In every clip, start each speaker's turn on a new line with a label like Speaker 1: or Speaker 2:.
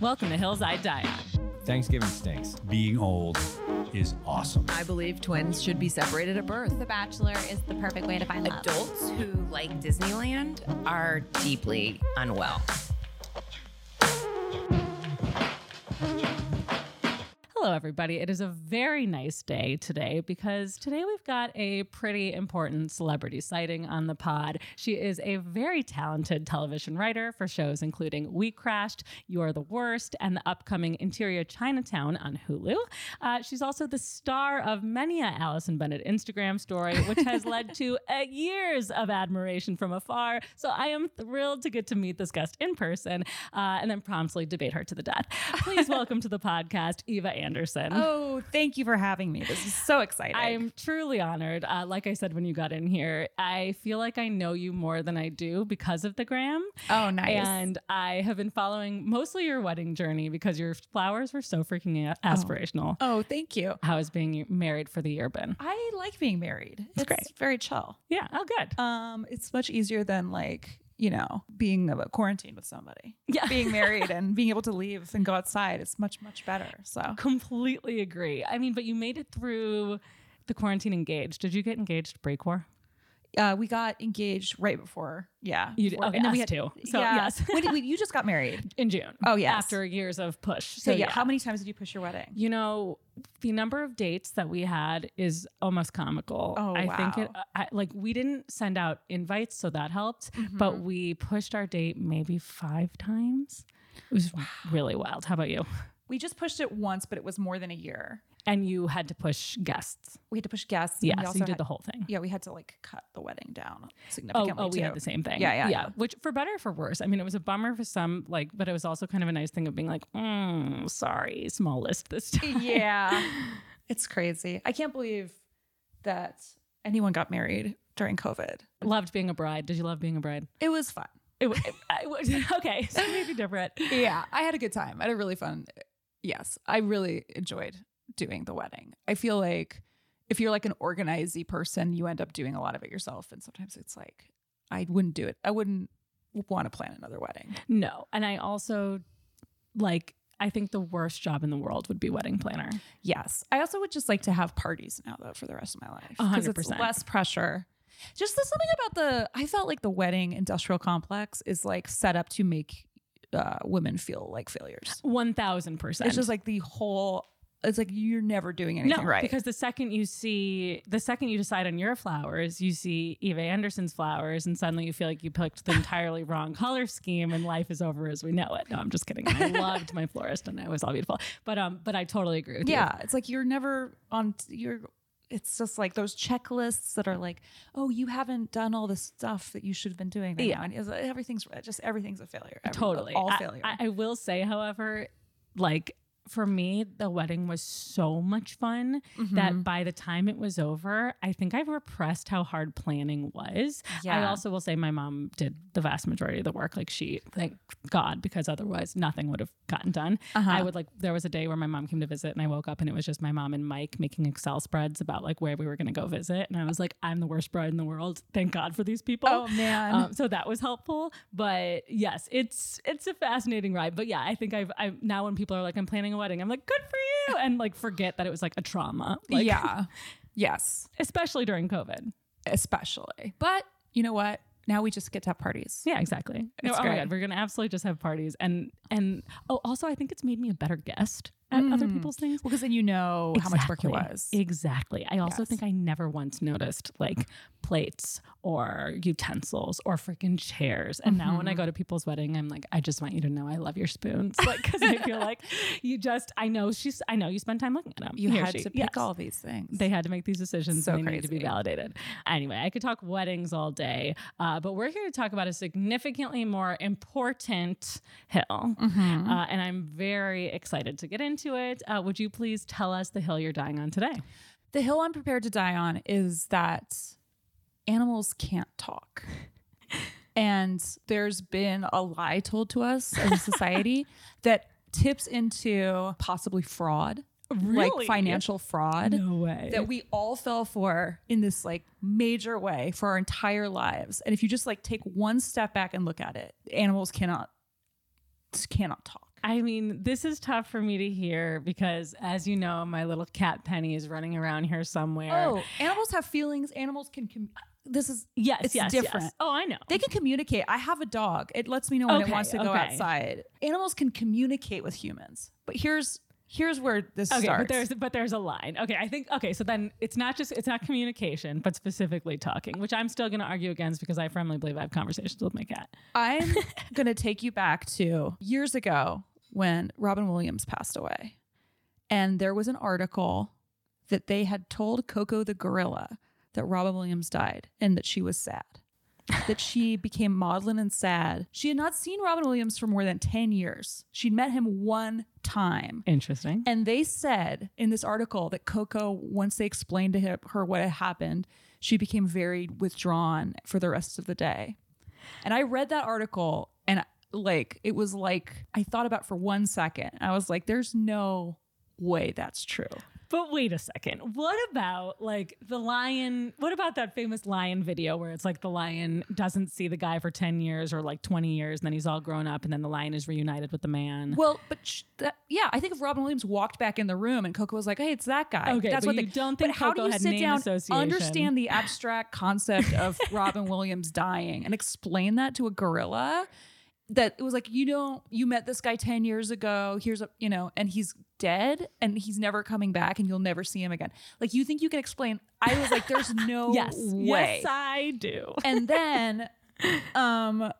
Speaker 1: Welcome to Hillside Diet.
Speaker 2: Thanksgiving stinks.
Speaker 3: Being old is awesome.
Speaker 4: I believe twins should be separated at birth.
Speaker 5: The Bachelor is the perfect way to find love.
Speaker 6: Adults who like Disneyland are deeply unwell.
Speaker 1: Hello, everybody. It is a very nice day today because today we've got a pretty important celebrity sighting on the pod. She is a very talented television writer for shows including We Crashed, You're the Worst, and the upcoming Interior Chinatown on Hulu. Uh, she's also the star of many a Allison Bennett Instagram story, which has led to uh, years of admiration from afar. So I am thrilled to get to meet this guest in person uh, and then promptly debate her to the death. Please welcome to the podcast, Eva Anderson.
Speaker 7: Oh, thank you for having me. This is so exciting.
Speaker 1: I'm truly honored. Uh, like I said when you got in here, I feel like I know you more than I do because of the gram.
Speaker 7: oh, nice.
Speaker 1: And I have been following mostly your wedding journey because your flowers were so freaking a- aspirational.
Speaker 7: oh, thank you.
Speaker 1: How has being married for the year been?
Speaker 7: I like being married. It's,
Speaker 1: great.
Speaker 7: very chill.
Speaker 1: Yeah. Oh, good.
Speaker 7: Um, it's much easier than like, you know, being of a quarantine with somebody.
Speaker 1: Yeah.
Speaker 7: Being married and being able to leave and go outside is much, much better. So
Speaker 1: Completely agree. I mean, but you made it through the quarantine engaged. Did you get engaged break war?
Speaker 7: uh, we got engaged right before. Yeah.
Speaker 1: You oh, did-
Speaker 7: before-
Speaker 1: okay, us too. So,
Speaker 7: yeah.
Speaker 1: yes.
Speaker 7: when did we, you just got married.
Speaker 1: In June.
Speaker 7: Oh, yes.
Speaker 1: After years of push.
Speaker 7: So yeah, how many times did you push your wedding?
Speaker 1: You know, the number of dates that we had is almost comical.
Speaker 7: Oh,
Speaker 1: I think it,
Speaker 7: wow.
Speaker 1: I, like, we didn't send out invites, so that helped, but we pushed our date maybe five times. It was really wild. How about you?
Speaker 7: We just pushed it once, but it was more than a year.
Speaker 1: And you had to push guests.
Speaker 7: We had to push guests. and
Speaker 1: Yes,
Speaker 7: we
Speaker 1: you
Speaker 7: also
Speaker 1: did
Speaker 7: had-
Speaker 1: the whole thing.
Speaker 7: Yeah, we had to like cut the wedding down
Speaker 1: Oh,
Speaker 7: significantly.
Speaker 1: oh, we
Speaker 7: too.
Speaker 1: had the same thing.
Speaker 7: Yeah, yeah, yeah.
Speaker 1: Which, for better or for worse, I mean, it was a bummer for some, like, but it was also kind of a nice thing of being like, mm, sorry, small list this time.
Speaker 7: yeah. It's crazy. I can't believe that anyone got married during COVID.
Speaker 1: Loved being a bride. Did you love being a bride?
Speaker 7: It was fun.
Speaker 1: It, w- I was- okay, so maybe different.
Speaker 7: Yeah, I had a good time. I had a really fun. Yes, I really enjoyed doing the wedding. I feel like if you're like an organized person, you end up doing a lot of it yourself. And sometimes it's like, I wouldn't do it. I wouldn't want to plan another wedding.
Speaker 1: No. And I also like I think the worst job in the world would be wedding planner.
Speaker 7: Yes. I also would just like to have parties now, though, for the rest of my life. 'cause it's
Speaker 1: 100%.
Speaker 7: Less pressure. Just there's something about the, I felt like the wedding industrial complex is like set up to make uh, women feel like failures.
Speaker 1: One thousand percent.
Speaker 7: It's just like the whole, it's like you're never doing anything
Speaker 1: no,
Speaker 7: right.
Speaker 1: because the second you see, the second you decide on your flowers, you see Eva Anderson's flowers, and suddenly you feel like you picked the entirely wrong color scheme, and life is over as we know it. No, I'm just kidding. I loved my florist, and it was all beautiful. But um, but I totally agree with you.
Speaker 7: yeah. It's like you're never on, you're, it's just like those checklists that are like, oh, you haven't done all the stuff that you should have been doing. Right
Speaker 1: Yeah.
Speaker 7: now. And it's like everything's just everything's a failure. Every-
Speaker 1: totally
Speaker 7: all
Speaker 1: I-
Speaker 7: failure.
Speaker 1: I, I will say however like for me the wedding was so much fun
Speaker 7: Mm-hmm.
Speaker 1: that by the time it was over i think i repressed how hard planning was i
Speaker 7: Yeah.
Speaker 1: also will say my mom did the vast majority of the work like she thank god because otherwise nothing would have gotten done i
Speaker 7: Uh-huh.
Speaker 1: would like there was a day where my mom came to visit and i woke up and it was just my mom and mike making excel spreads about like where we were going to go visit and i was like i'm the worst bride in the world thank god for these people
Speaker 7: oh, man.
Speaker 1: um, so that was helpful, but yes, it's it's a fascinating ride. But yeah, I think I've I now when people are like I'm planning a wedding, I'm like good for you, and like forget that it was like a trauma. Like,
Speaker 7: yeah. Yes.
Speaker 1: especially during COVID.
Speaker 7: Especially. But you know what? Now we just get to have parties.
Speaker 1: Yeah, exactly. No,
Speaker 7: It's
Speaker 1: oh my
Speaker 7: great.
Speaker 1: god, we're gonna absolutely just have parties, and and oh, also I think it's made me a better guest at other
Speaker 7: Mm.
Speaker 1: people's things.
Speaker 7: Because then you know how much work it
Speaker 1: Exactly.
Speaker 7: was.
Speaker 1: Exactly. I also
Speaker 7: Yes.
Speaker 1: think I never once noticed like plates or utensils or freaking chairs. And now
Speaker 7: Mm-hmm.
Speaker 1: when I go to people's wedding, I'm like, I just want you to know I love your spoons. Like, because I feel like you just, I know she's, I know you spend time looking at them.
Speaker 7: you
Speaker 1: He or
Speaker 7: had
Speaker 1: she.
Speaker 7: to pick
Speaker 1: Yes.
Speaker 7: all these things.
Speaker 1: They had to make these decisions
Speaker 7: So
Speaker 1: and they need to be
Speaker 7: crazy.
Speaker 1: validated. Anyway, I could talk weddings all day, uh, but we're here to talk about a significantly more important hill.
Speaker 7: Mm-hmm.
Speaker 1: Uh, and I'm very excited to get into it. Uh, would you please tell us the hill you're dying on today?
Speaker 7: the hill I'm prepared to die on is that animals can't talk. and there's been a lie told to us as a society that tips into possibly fraud,
Speaker 1: Really?
Speaker 7: like financial fraud.
Speaker 1: way.
Speaker 7: that we all fell for in this like major way for our entire lives. And if you just like take one step back and look at it, animals cannot cannot talk.
Speaker 1: I mean, this is tough for me to hear because, as you know, my little cat Penny is running around here somewhere.
Speaker 7: Oh, animals have feelings. Animals can. Com- this is
Speaker 1: yes,
Speaker 7: it's
Speaker 1: yes,
Speaker 7: different.
Speaker 1: yes. Oh, I know.
Speaker 7: they can communicate. I have a dog. It lets me know when
Speaker 1: Okay,
Speaker 7: it wants to go
Speaker 1: okay.
Speaker 7: outside. Animals can communicate with humans. But here's here's where this
Speaker 1: okay,
Speaker 7: starts.
Speaker 1: but there's but there's a line. Okay, I think okay. So then it's not just it's not communication, but specifically talking, which I'm still going to argue against because I firmly believe I have conversations with my cat.
Speaker 7: I'm going to take you back to years ago when Robin Williams passed away. And there was an article that they had told Coco the gorilla that Robin Williams died and that she was sad, that she became maudlin and sad. She had not seen Robin Williams for more than 10 years. She'd met him one time.
Speaker 1: Interesting.
Speaker 7: And they said in this article that Coco, once they explained to him, her what had happened, she became very withdrawn for the rest of the day. And I read that article and like it was like I thought about it for one second. I was like, there's no way that's true.
Speaker 1: But wait a second. What about like the lion? What about that famous lion video where it's like the lion doesn't see the guy for 10 years or like 20 years and then he's all grown up and then the lion is reunited with the man?
Speaker 7: Well, but sh- that, yeah, I think if Robin Williams walked back in the room and Coco was like, "Hey, it's that guy,"
Speaker 1: Okay,
Speaker 7: that's
Speaker 1: but
Speaker 7: what
Speaker 1: you
Speaker 7: they
Speaker 1: don't
Speaker 7: But
Speaker 1: think
Speaker 7: how
Speaker 1: Coco
Speaker 7: do you
Speaker 1: had
Speaker 7: sit
Speaker 1: name
Speaker 7: down,
Speaker 1: association?
Speaker 7: understand the abstract concept of Robin Williams dying, and explain that to a gorilla? That it was like you don't you met this guy ten years ago. Here's a you know, and he's dead, and he's never coming back, and you'll never see him again. Like you think you can explain? I was like, there's no
Speaker 1: yes.
Speaker 7: way
Speaker 1: Yes, I do.
Speaker 7: and then um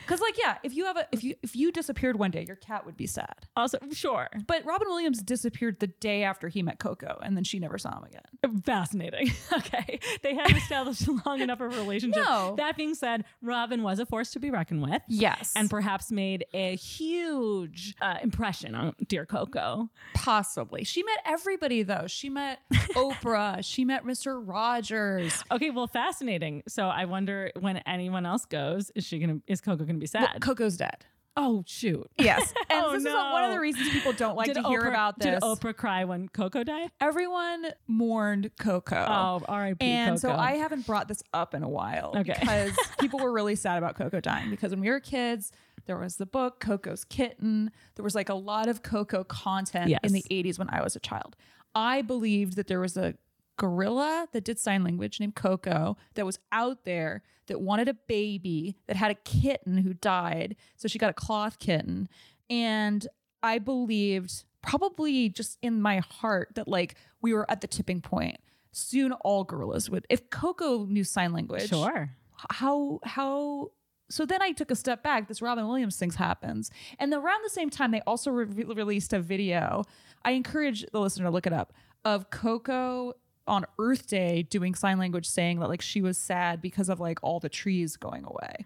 Speaker 7: because like yeah if you have a if you if you disappeared one day your cat would be sad
Speaker 1: Also, sure.
Speaker 7: but robin williams disappeared the day after he met coco and then she never saw him again
Speaker 1: Fascinating. Okay. They have established long enough of a relationship.
Speaker 7: No.
Speaker 1: That being said, Robin was a force to be reckoned with.
Speaker 7: yes
Speaker 1: And perhaps made a huge uh, impression on Dear Coco.
Speaker 7: possibly she met everybody though she met oprah she met mr rogers
Speaker 1: Okay, well, fascinating. So I wonder when anyone else goes, is she gonna? Is Coco gonna be
Speaker 7: Well,
Speaker 1: sad?
Speaker 7: coco's dead
Speaker 1: oh shoot!
Speaker 7: yes and
Speaker 1: Oh,
Speaker 7: this is one of
Speaker 1: no.
Speaker 7: the reasons people don't like
Speaker 1: Did
Speaker 7: to hear
Speaker 1: Oprah-
Speaker 7: about this
Speaker 1: Did Oprah cry when Coco died?
Speaker 7: everyone mourned coco
Speaker 1: Oh, R.I.P.
Speaker 7: And so
Speaker 1: Coco.
Speaker 7: I haven't brought this up in a while
Speaker 1: Okay.
Speaker 7: because people were really sad about Coco dying because when we were kids, there was the book Coco's Kitten. There was like a lot of Coco content
Speaker 1: Yes.
Speaker 7: in the 80s when I was a child. I believed that there was a gorilla that did sign language named Coco that was out there that wanted a baby that had a kitten who died. So she got a cloth kitten. And I believed probably just in my heart that like we were at the tipping point. Soon all gorillas would if Coco knew sign language.
Speaker 1: sure.
Speaker 7: How how so then I took a step back. This Robin Williams thing happens. And around the same time, they also re- released a video. I encourage the listener to look it up of Coco on Earth Day doing sign language saying that like she was sad because of like all the trees going away.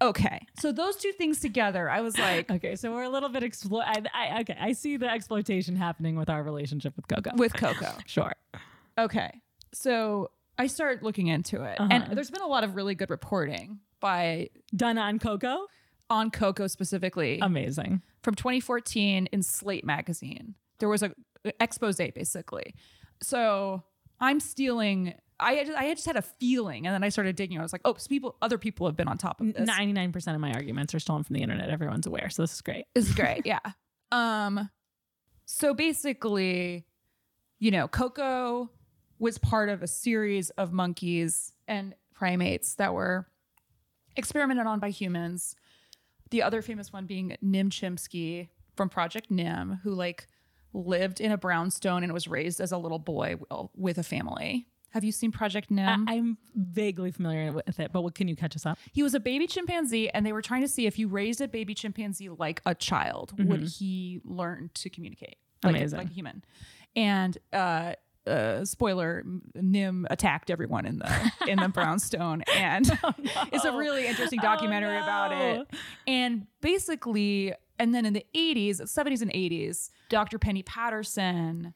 Speaker 7: okay. So those two things together, I was like,
Speaker 1: Okay, so we're a little bit explo. I, I, okay, I see the exploitation happening with our relationship with Coco.
Speaker 7: with Coco.
Speaker 1: sure.
Speaker 7: Okay. So I started looking into it. And
Speaker 1: Uh-huh.
Speaker 7: there's been a lot of really good reporting by
Speaker 1: Done on Coco.
Speaker 7: on Coco specifically
Speaker 1: Amazing.
Speaker 7: from 2014 in Slate magazine. There was a expose basically. So I'm stealing I had- I had just had a feeling and then I started digging. I was like, oh, so people other people have been on top of this.
Speaker 1: Ninety-nine percent of my arguments are stolen from the internet. Everyone's aware, so this is great.
Speaker 7: This is great. Yeah. Um, so basically, you know, Coco was part of a series of monkeys and primates that were experimented on by humans. The other famous one being Nim Chimpsky from Project Nim, who like lived in a brownstone and was raised as a little boy w- with a family. Have you seen Project Nim?
Speaker 1: I, I'm vaguely familiar with it, but what can you catch us up?
Speaker 7: he was a baby chimpanzee and they were trying to see if you raised a baby chimpanzee like a child would he learn to communicate like,
Speaker 1: Amazing.
Speaker 7: like a human and uh uh, spoiler: M- Nim attacked everyone in the in the brownstone, and it's a really interesting documentary about
Speaker 1: no.
Speaker 7: it. And basically, and then in the eighties, seventies, and eighties, Dr. Penny Patterson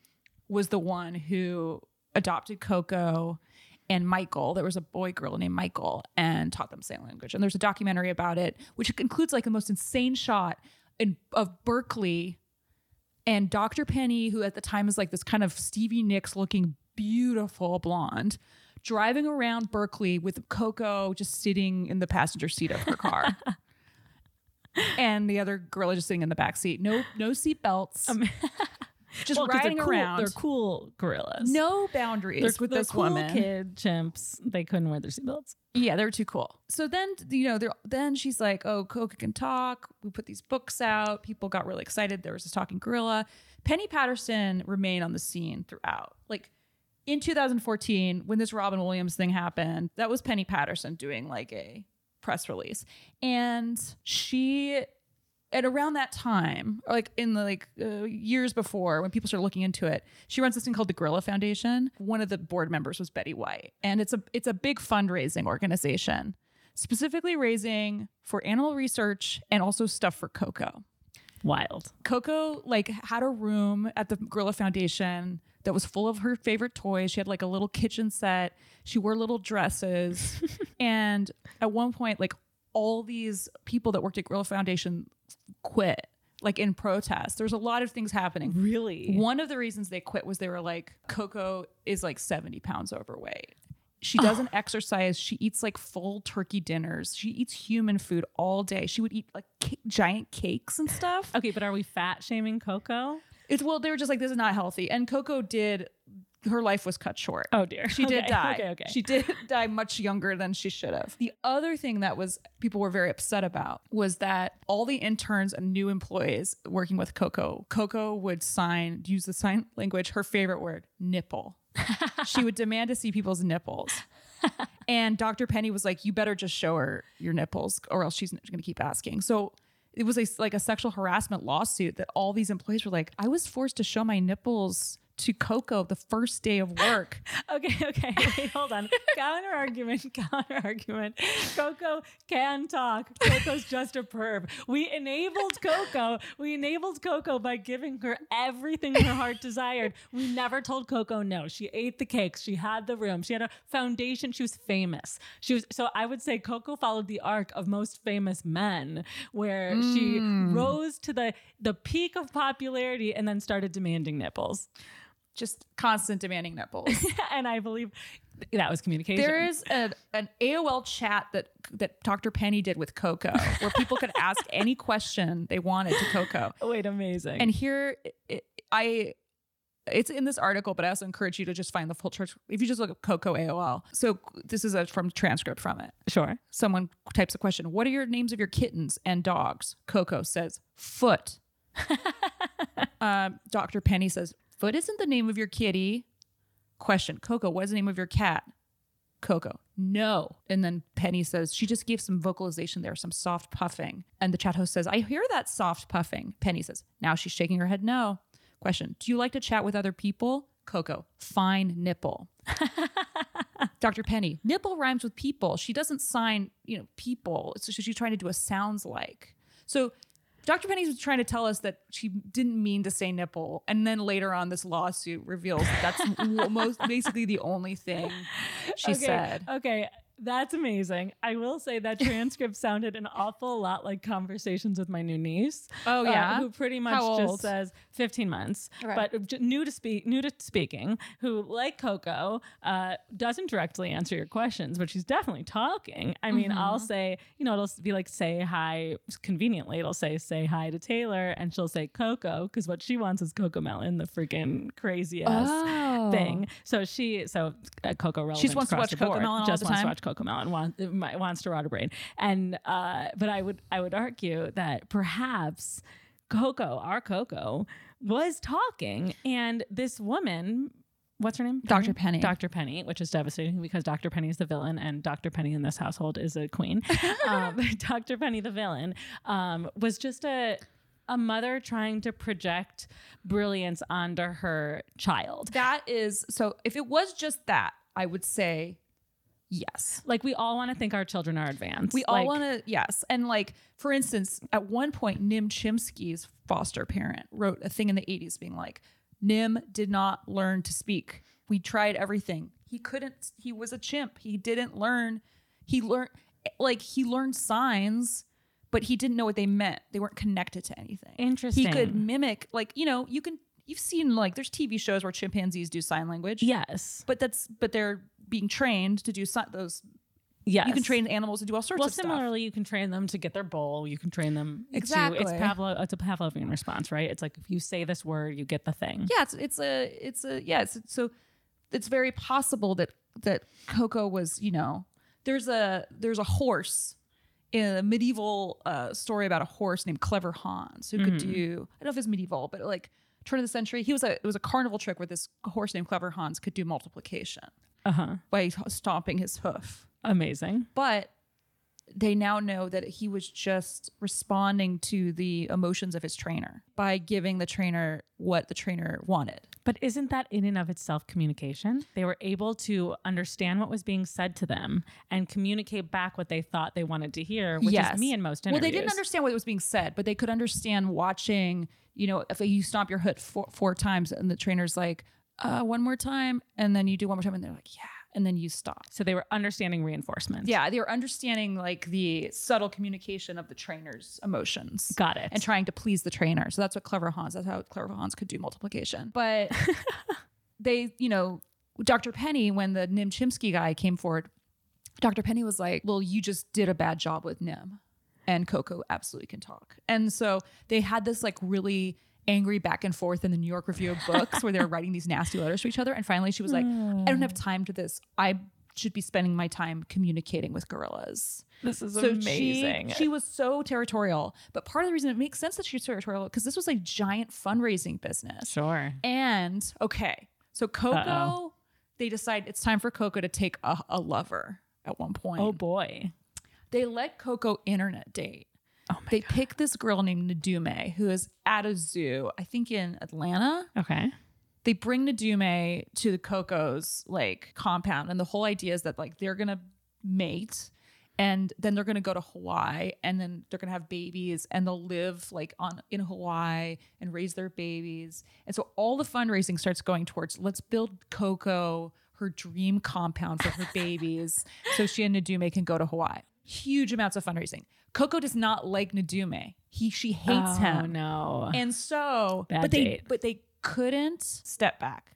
Speaker 7: was the one who adopted Coco and Michael. There was a boy girl named Michael and taught them sign language. And there's a documentary about it, which includes like the most insane shot in, of Berkeley and Dr. Penny, who at the time is like this kind of Stevie Nicks looking beautiful blonde, driving around Berkeley with Coco just sitting in the passenger seat of her car. and the other gorilla just sitting in the back seat. No, no seat belts.
Speaker 1: Um,
Speaker 7: just
Speaker 1: Well, 'cause
Speaker 7: riding
Speaker 1: they're cool,
Speaker 7: around.
Speaker 1: They're cool gorillas.
Speaker 7: No boundaries
Speaker 1: they're,
Speaker 7: with
Speaker 1: they're
Speaker 7: this
Speaker 1: cool
Speaker 7: woman.
Speaker 1: kid chimps. They couldn't wear their seatbelts.
Speaker 7: Yeah, they're too cool. So then, you know, they're, then she's like, "Oh, Coca can talk. We put these books out. People got really excited. There was this talking gorilla." Penny Patterson remained on the scene throughout. Like in 2014, when this Robin Williams thing happened, that was Penny Patterson doing like a press release, and she. And around that time, or like in the like uh, years before, when people started looking into it, she runs this thing called the Gorilla Foundation. One of the board members was Betty White, and it's a it's a big fundraising organization, specifically raising for animal research and also stuff for Coco.
Speaker 1: Wild.
Speaker 7: Coco like had a room at the Gorilla Foundation that was full of her favorite toys. She had like a little kitchen set. She wore little dresses. and at one point, like all these people that worked at Gorilla Foundation quit, like in protest. There's a lot of things happening.
Speaker 1: Really?
Speaker 7: One of the reasons they quit was they were like, Coco is like 70 pounds overweight. She doesn't exercise. She eats like full turkey dinners. She eats human food all day. She would eat like ca- giant cakes and stuff.
Speaker 1: Okay, but are we fat shaming Coco?
Speaker 7: It's well, they were just like, this is not healthy. And Coco did, her life was cut short.
Speaker 1: Oh dear.
Speaker 7: She did
Speaker 1: Okay,
Speaker 7: die.
Speaker 1: Okay, okay.
Speaker 7: She did die much younger than she should have. The other thing that was people were very upset about was that all the interns and new employees working with Coco, Coco would sign, use the sign language, her favorite word, nipple. she would demand to see people's nipples. And Dr. Penny was like, "You better just show her your nipples, or else she's going to keep asking." So it was a, like a sexual harassment lawsuit that all these employees were like, "I was forced to show my nipples to Coco the first day of work."
Speaker 1: Okay, okay. Wait, hold on. counter argument, counter argument. Coco can talk. Coco's just a perv. We enabled Coco. We enabled Coco by giving her everything her heart desired. We never told Coco no. She ate the cakes. She had the room. She had a foundation. She was famous. She was so I would say Coco followed the arc of most famous men, where she rose to the the peak of popularity and then started demanding nipples.
Speaker 7: just constant demanding nipples.
Speaker 1: and I believe that was communication.
Speaker 7: there is a, an AOL chat that that Dr. Penny did with Coco, where people could ask any question they wanted to Coco.
Speaker 1: Wait, amazing.
Speaker 7: And here, it, I. It's in this article, but I also encourage you to just find the full church. If you just look up Coco AOL, so this is a from transcript from it.
Speaker 1: sure.
Speaker 7: Someone types a question: What are your names of your kittens and dogs? Coco says Foot. um, Dr. Penny says, Foot isn't the name of your kitty. Question Coco, what is the name of your cat? Coco, no. And then Penny says, She just gave some vocalization there, some soft puffing. And the chat host says, I hear that soft puffing. Penny says, Now she's shaking her head, no. Question Do you like to chat with other people? Coco, fine nipple. Dr. Penny, nipple rhymes with people. She doesn't sign, you know, people. So she's trying to do a sounds like. So Dr. Penny was trying to tell us that she didn't mean to say nipple. And then later on, this lawsuit reveals that that's w- most basically the only thing she
Speaker 1: okay.
Speaker 7: said.
Speaker 1: Okay. That's amazing. I will say that transcript sounded an awful lot like conversations with my new niece.
Speaker 7: Oh,
Speaker 1: uh,
Speaker 7: yeah?
Speaker 1: who pretty much
Speaker 7: How
Speaker 1: just
Speaker 7: old?
Speaker 1: says 15 months,
Speaker 7: Okay.
Speaker 1: but j- new to speak, new to speaking. Who, like Coco, uh, doesn't directly answer your questions, but she's definitely talking. I mean, I'll
Speaker 7: Mm-hmm.
Speaker 1: say, you know, it'll s- be like say hi. Conveniently, it'll say say hi to Taylor, and she'll say Coco because what she wants is Coco Melon, the freaking crazy ass
Speaker 7: Oh.
Speaker 1: thing. So she, so uh, Coco relevant.
Speaker 7: wants to
Speaker 1: across
Speaker 7: watch
Speaker 1: the
Speaker 7: Coco
Speaker 1: board.
Speaker 7: Melon all
Speaker 1: Just
Speaker 7: the
Speaker 1: wants
Speaker 7: time?
Speaker 1: to watch Coco Melon. Wants wants to rot her brain. And uh, but I would I would argue that perhaps Coco, our Coco, was talking, and this woman. What's her name?
Speaker 7: Dr. Penny.
Speaker 1: Dr. Penny, which is devastating because Dr. Penny is the villain, and Dr. Penny in this household is a queen. um, Dr. Penny, the villain, um, was just a a mother trying to project brilliance onto her child.
Speaker 7: That is so if it was just that, I would say yes.
Speaker 1: Like we all want to think our children are advanced.
Speaker 7: We all
Speaker 1: Like,
Speaker 7: want to, yes. And like, for instance, at one point, Nim Chimpsky's foster parent wrote a thing in the 80s being like, Nim did not learn to speak. We tried everything. He couldn't, he was a chimp. He didn't learn. He learned, like, he learned signs, but he didn't know what they meant. They weren't connected to anything. He could
Speaker 1: Interesting.
Speaker 7: mimic, like, you know, you can, you've seen like, there's TV shows where chimpanzees do sign language
Speaker 1: Yes.
Speaker 7: but that's but they're being trained to do si- those
Speaker 1: Yes.
Speaker 7: You can train animals to do all sorts
Speaker 1: Well,
Speaker 7: of stuff.
Speaker 1: similarly, you can train them to get their bowl. You can train them to. It's
Speaker 7: Exactly.
Speaker 1: Pavlo. It's a Pavlovian response, right? It's like if you say this word, you get the thing.
Speaker 7: yeah, it's it's a it's a yeah. It's, so it's very possible that that Coco was you know there's a there's a horse in a medieval uh, story about a horse named Clever Hans who could do I don't know if it's medieval but like turn of the century he was a it was a carnival trick where this horse named Clever Hans could do multiplication
Speaker 1: Uh huh.
Speaker 7: by t- stomping his hoof
Speaker 1: Amazing.
Speaker 7: but they now know that he was just responding to the emotions of his trainer by giving the trainer what the trainer wanted
Speaker 1: But isn't that in and of itself communication? They were able to understand what was being said to them and communicate back what they thought they wanted to hear, which is me in most interviews.
Speaker 7: Well, they didn't understand what was being said, but they could understand watching. You know, if you stomp your hood four, four times, and the trainer's like, uh, "One more time," and then you do one more time, and they're like, "Yeah," and then you stop.
Speaker 1: So they were understanding reinforcement.
Speaker 7: Yeah, they were understanding like the subtle communication of the trainer's emotions.
Speaker 1: Got it.
Speaker 7: And trying to please the trainer. So that's what clever Hans, that's how clever Hans could do multiplication. But they, you know, Dr. Penny, when the Nim Chimpsky guy came forward, Dr. Penny was like, Well, you just did a bad job with Nim. And Coco absolutely can talk. And so they had this like really angry back and forth in the New York Review of Books where they were writing these nasty letters to each other. And finally she was like, I don't have time to this. I should be spending my time communicating with gorillas.
Speaker 1: this is
Speaker 7: So she- She, was so territorial. But part of the reason it makes sense that she's territorial because this was a giant fundraising business.
Speaker 1: sure.
Speaker 7: And okay, so Coco,
Speaker 1: Uh-oh.
Speaker 7: they decide it's time for Coco to take a, a lover at one point.
Speaker 1: Oh boy.
Speaker 7: they let Coco internet date. Oh my they pick this girl named Nadume who is at a zoo, I think in Atlanta
Speaker 1: Okay.
Speaker 7: they bring Nadume to the Coco's like compound, and the whole idea is that like they're gonna mate, and then they're gonna go to Hawaii, and then they're gonna have babies, and they'll live like on in Hawaii and raise their babies, and so all the fundraising starts going towards let's build Coco her dream compound for her babies, so she and Nadume can go to Hawaii. Huge amounts of fundraising. Coco does not like Nadume. He she hates
Speaker 1: Oh
Speaker 7: him.
Speaker 1: no.
Speaker 7: And so,
Speaker 1: Bad
Speaker 7: but they
Speaker 1: date.
Speaker 7: but they couldn't step back.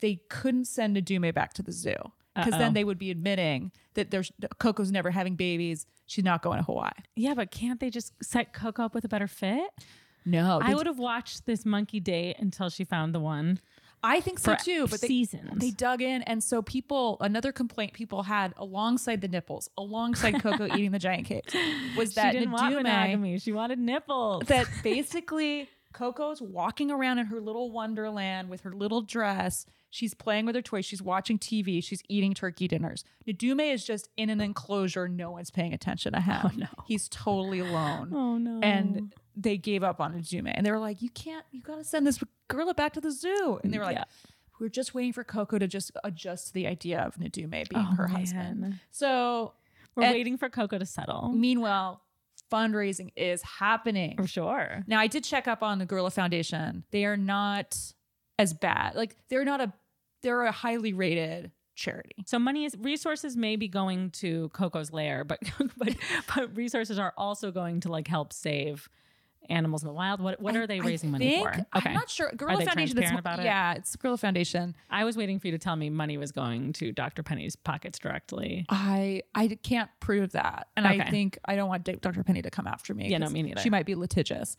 Speaker 7: They couldn't send Nadume back to the zoo because
Speaker 1: Uh-oh.
Speaker 7: then they would be admitting that there's Coco's never having babies. She's not going to Hawaii.
Speaker 1: yeah, but can't they just set Coco up with a better fit?
Speaker 7: Oh, No,
Speaker 1: I would have watched this monkey date until she found the one.
Speaker 7: I think so
Speaker 1: for
Speaker 7: too. But they,
Speaker 1: seasons.
Speaker 7: they dug in, and so people. Another complaint people had alongside the nipples, alongside Coco eating the giant cake, was that
Speaker 1: she didn't want
Speaker 7: Nadume
Speaker 1: monogamy. She wanted nipples.
Speaker 7: that basically Coco's walking around in her little wonderland with her little dress. She's playing with her toys. She's watching TV. She's eating turkey dinners. Nadume is just in an enclosure. No one's paying attention to him.
Speaker 1: Oh, no.
Speaker 7: He's totally alone.
Speaker 1: oh no.
Speaker 7: And they gave up on Nadume. And they were like, you can't, you got to send this gorilla back to the zoo. And they were like,
Speaker 1: Yeah.
Speaker 7: we're just waiting for Coco to just adjust to the idea of Nadume being her husband.
Speaker 1: Oh, man.
Speaker 7: So
Speaker 1: We're
Speaker 7: And-
Speaker 1: waiting for Coco to settle.
Speaker 7: meanwhile, fundraising is happening.
Speaker 1: For sure.
Speaker 7: Now I did check up on the Gorilla Foundation. They are not as bad. Like they're not a they're a highly rated charity.
Speaker 1: So money is resources may be going to Coco's lair, but but, but resources are also going to like help save animals in the wild. What what are they raising money
Speaker 7: Think-
Speaker 1: for? Okay.
Speaker 7: I'm not sure. Gorilla
Speaker 1: they
Speaker 7: Foundation
Speaker 1: transparent
Speaker 7: that's,
Speaker 1: about it?
Speaker 7: Yeah, it's Gorilla Foundation.
Speaker 1: I was waiting for you to tell me money was going to Dr. Penny's pockets directly.
Speaker 7: I I can't prove that. And
Speaker 1: Okay.
Speaker 7: I think I don't want Dr. Penny to come after me.
Speaker 1: Yeah, no,
Speaker 7: 'cause
Speaker 1: me neither. Oh.
Speaker 7: She might be litigious.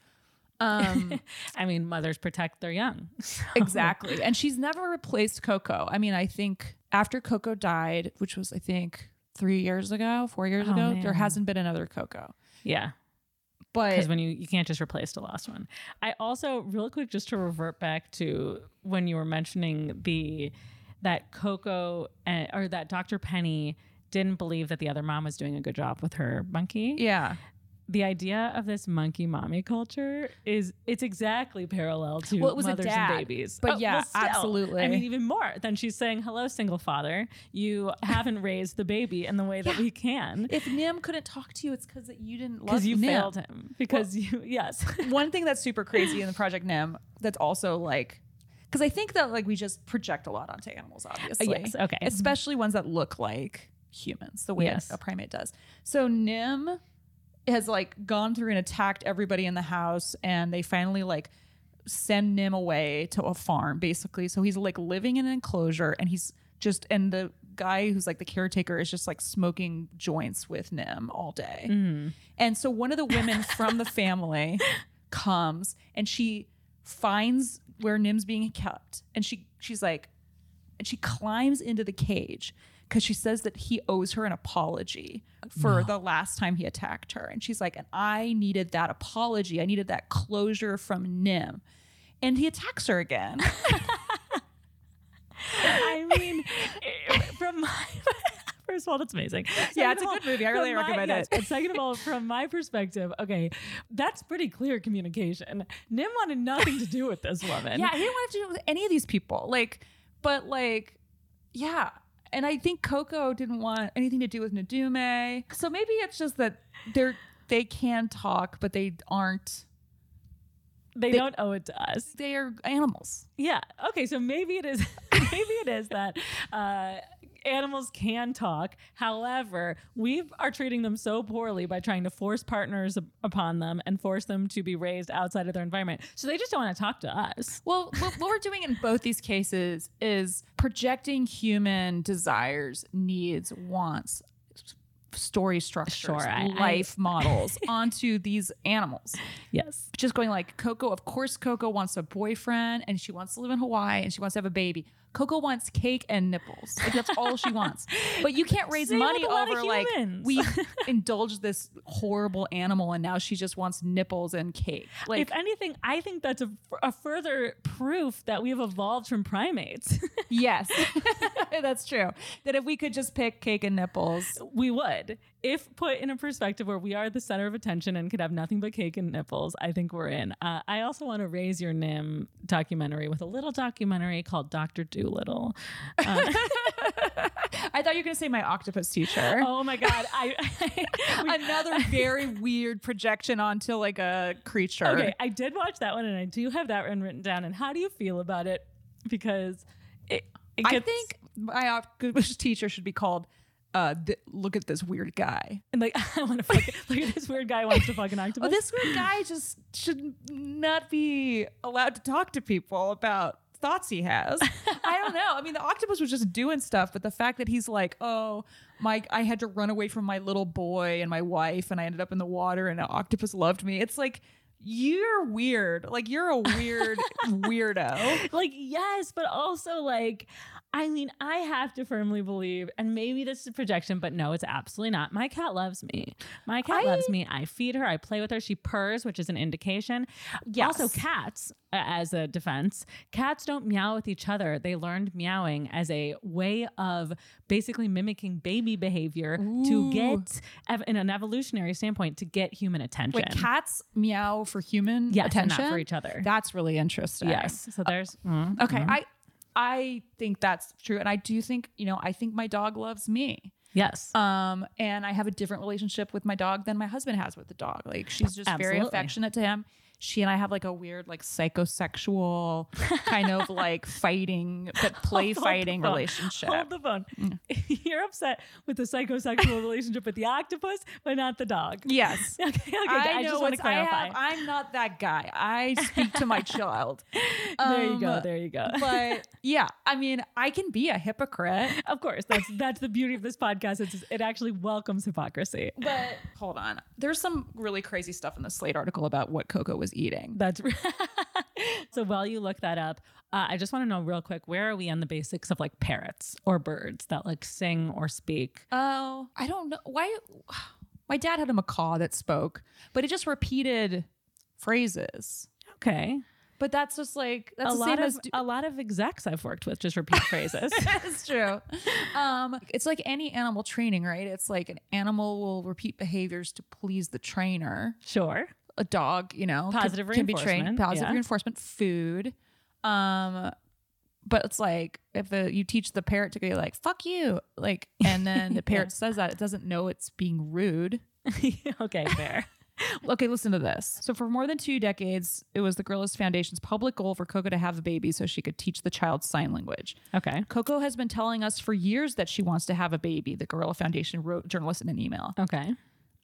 Speaker 7: Um
Speaker 1: I mean, mothers protect their young.
Speaker 7: Exactly. And she's never replaced Coco. I mean, I think after Coco died, which was I think 3 years ago, 4 years
Speaker 1: Oh,
Speaker 7: ago, there
Speaker 1: man.
Speaker 7: hasn't been another Coco.
Speaker 1: yeah.
Speaker 7: But
Speaker 1: because when you you can't just replace the last one. I also real quick just to revert back to when you were mentioning the that Coco and, or that Dr. Penny didn't believe that the other mom was doing a good job with her monkey.
Speaker 7: yeah.
Speaker 1: The idea of this monkey mommy culture is it's exactly parallel to
Speaker 7: Well, it was a
Speaker 1: mothers
Speaker 7: dad,
Speaker 1: and babies. Oh,
Speaker 7: but yeah,
Speaker 1: still.
Speaker 7: absolutely.
Speaker 1: I mean, even more than she's saying, "Hello, single father, you haven't raised the baby in the way that we can."
Speaker 7: if Nim couldn't talk to you, it's because you didn't love
Speaker 1: Because you
Speaker 7: Nim.
Speaker 1: failed him. Because you, yes.
Speaker 7: One thing that's super crazy in the Project Nim that's also like, because I think that like we just project a lot onto animals, obviously.
Speaker 1: yes, okay.
Speaker 7: Especially ones that look like humans, the way
Speaker 1: Yes.
Speaker 7: a primate does. So Nim has like gone through and attacked everybody in the house, and they finally like send Nim away to a farm, basically. So he's like living in an enclosure, and he's just and the guy who's like the caretaker is just like smoking joints with Nim all day.
Speaker 1: Mhm.
Speaker 7: And so one of the women from the family comes and she finds where Nim's being kept. And she she's like, and she climbs into the cage because she says that he owes her an apology for the last time he attacked her. And she's like, and I needed that apology. I needed that closure from Nim. And he attacks her again.
Speaker 1: I mean, from my first of all, that's amazing.
Speaker 7: Yeah,
Speaker 1: Second
Speaker 7: it's
Speaker 1: of
Speaker 7: a
Speaker 1: all,
Speaker 7: good movie. I
Speaker 1: from
Speaker 7: really
Speaker 1: my-
Speaker 7: recommend
Speaker 1: yes,
Speaker 7: it.
Speaker 1: And second of all, from my perspective, okay, that's pretty clear communication. Nim wanted nothing to do with this woman.
Speaker 7: Yeah, he didn't want to do it with any of these people. Like, but like, yeah. And I think Coco didn't want anything to do with Nadume. So maybe it's just that they're they can talk, but they aren't.
Speaker 1: they don't owe it to us.
Speaker 7: They are animals.
Speaker 1: Yeah. Okay. So maybe it is. Maybe it is that uh, animals can talk. However, we are treating them so poorly by trying to force partners up- upon them and force them to be raised outside of their environment. So they just don't want to talk to us.
Speaker 7: Well, what, what we're doing in both these cases is projecting human desires, needs, wants, s- story structures,
Speaker 1: Sure, I- I-
Speaker 7: life models onto these animals.
Speaker 1: Yes.
Speaker 7: just going like Coco. Of course, Coco wants a boyfriend, and she wants to live in Hawaii, and she wants to have a baby. Coco wants cake and nipples. Like that's all she wants. But you can't raise
Speaker 1: Same
Speaker 7: money
Speaker 1: with a lot
Speaker 7: over
Speaker 1: of
Speaker 7: like
Speaker 1: humans.
Speaker 7: we indulged this horrible animal, and now she just wants nipples and cake. Like
Speaker 1: if anything, I think that's a, a further proof that we've evolved from primates.
Speaker 7: yes, that's true. That if we could just pick cake and nipples,
Speaker 1: we would. If put in a perspective where we are the center of attention and could have nothing but cake and nipples, I think we're in. Uh, I also want to raise your Nim documentary with a little documentary called Dr. Doolittle.
Speaker 7: I thought you were gonna say my octopus teacher.
Speaker 1: Oh my God. I, we-
Speaker 7: Another very weird projection onto like a creature.
Speaker 1: Okay, I did watch that one and I do have that one written down. And how do you feel about it? Because it, it
Speaker 7: I
Speaker 1: gets-
Speaker 7: think my octopus teacher should be called. Uh, th- look at this weird guy.
Speaker 1: and like I want to fucking look at this weird guy wants to fucking octopus.
Speaker 7: Oh, this weird guy just should not be allowed to talk to people about thoughts he has. I don't know. I mean, the octopus was just doing stuff, but the fact that he's like, "Oh, my, I had to run away from my little boy and my wife, and I ended up in the water, and an octopus loved me." It's like you're weird. Like you're a weird weirdo.
Speaker 1: like yes but also like i mean i have to firmly believe and maybe this is a projection but no it's absolutely not my cat loves me my cat
Speaker 7: I-
Speaker 1: loves me i feed her i play with her she purrs which is an indication
Speaker 7: Yes.
Speaker 1: also cats uh, as a defense cats don't meow with each other they learned meowing as a way of basically mimicking baby behavior to
Speaker 7: Ooh.
Speaker 1: get ev- in an evolutionary standpoint to get human attention
Speaker 7: Wait, cats meow for human
Speaker 1: yes, and
Speaker 7: attention
Speaker 1: not for each other
Speaker 7: That's really interesting.
Speaker 1: yes
Speaker 7: Uh,
Speaker 1: so there's mm,
Speaker 7: Okay,
Speaker 1: mm.
Speaker 7: I I think that's true, and I do think you know I think my dog loves me.
Speaker 1: yes
Speaker 7: Um, and I have a different relationship with my dog than my husband has with the dog. Like she's just very
Speaker 1: Absolutely.
Speaker 7: affectionate to him. She and I have like a weird, like psychosexual kind of like fighting, but play
Speaker 1: Hold the
Speaker 7: fighting
Speaker 1: phone.
Speaker 7: relationship. Mm.
Speaker 1: Hold the phone. You're upset with the psychosexual relationship with the octopus, but not the dog.
Speaker 7: Yes.
Speaker 1: Okay, okay. I,
Speaker 7: I, know
Speaker 1: just
Speaker 7: what
Speaker 1: want to clarify.
Speaker 7: I am not that guy. I speak to my child.
Speaker 1: there you go.
Speaker 7: Um,
Speaker 1: There you go.
Speaker 7: But yeah, I mean, I can be a hypocrite.
Speaker 1: of course, that's that's the beauty of this podcast. It's, it actually welcomes hypocrisy.
Speaker 7: But hold on. There's some really crazy stuff in the Slate article about what Coco was eating.
Speaker 1: That's so. While you look that up, uh, I just want to know real quick: where are we on the basics of like parrots or birds that like sing or speak?
Speaker 7: Oh, I don't know why. My dad had a macaw that spoke, but it just repeated phrases.
Speaker 1: Okay,
Speaker 7: But that's just like that's
Speaker 1: a
Speaker 7: the
Speaker 1: lot
Speaker 7: same
Speaker 1: of
Speaker 7: as
Speaker 1: a lot of execs I've worked with just repeat phrases.
Speaker 7: That's true. Um, it's like any animal training, right? It's like an animal will repeat behaviors to please the trainer.
Speaker 1: Sure.
Speaker 7: a dog, you know, could-
Speaker 1: Positive
Speaker 7: can be trained.
Speaker 1: reinforcement,
Speaker 7: Positive
Speaker 1: yeah.
Speaker 7: reinforcement, food. Um, but it's like if the you teach the parrot to go like "fuck you," like, and then the parrot says that it doesn't know it's being rude.
Speaker 1: okay, fair.
Speaker 7: Okay, listen to this. So for more than two decades, it was the Gorillas Foundation's public goal for Coco to have a baby so she could teach the child sign language.
Speaker 1: Okay.
Speaker 7: Coco has been telling us for years that she wants to have a baby. The Gorilla Foundation wrote journalist in an email.
Speaker 1: Okay.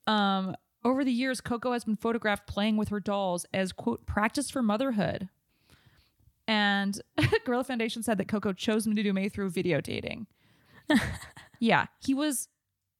Speaker 7: Um, over the years, Coco has been photographed playing with her dolls as quote practice for motherhood. And Gorilla Foundation said that Coco chose Mdume through video dating. yeah, he was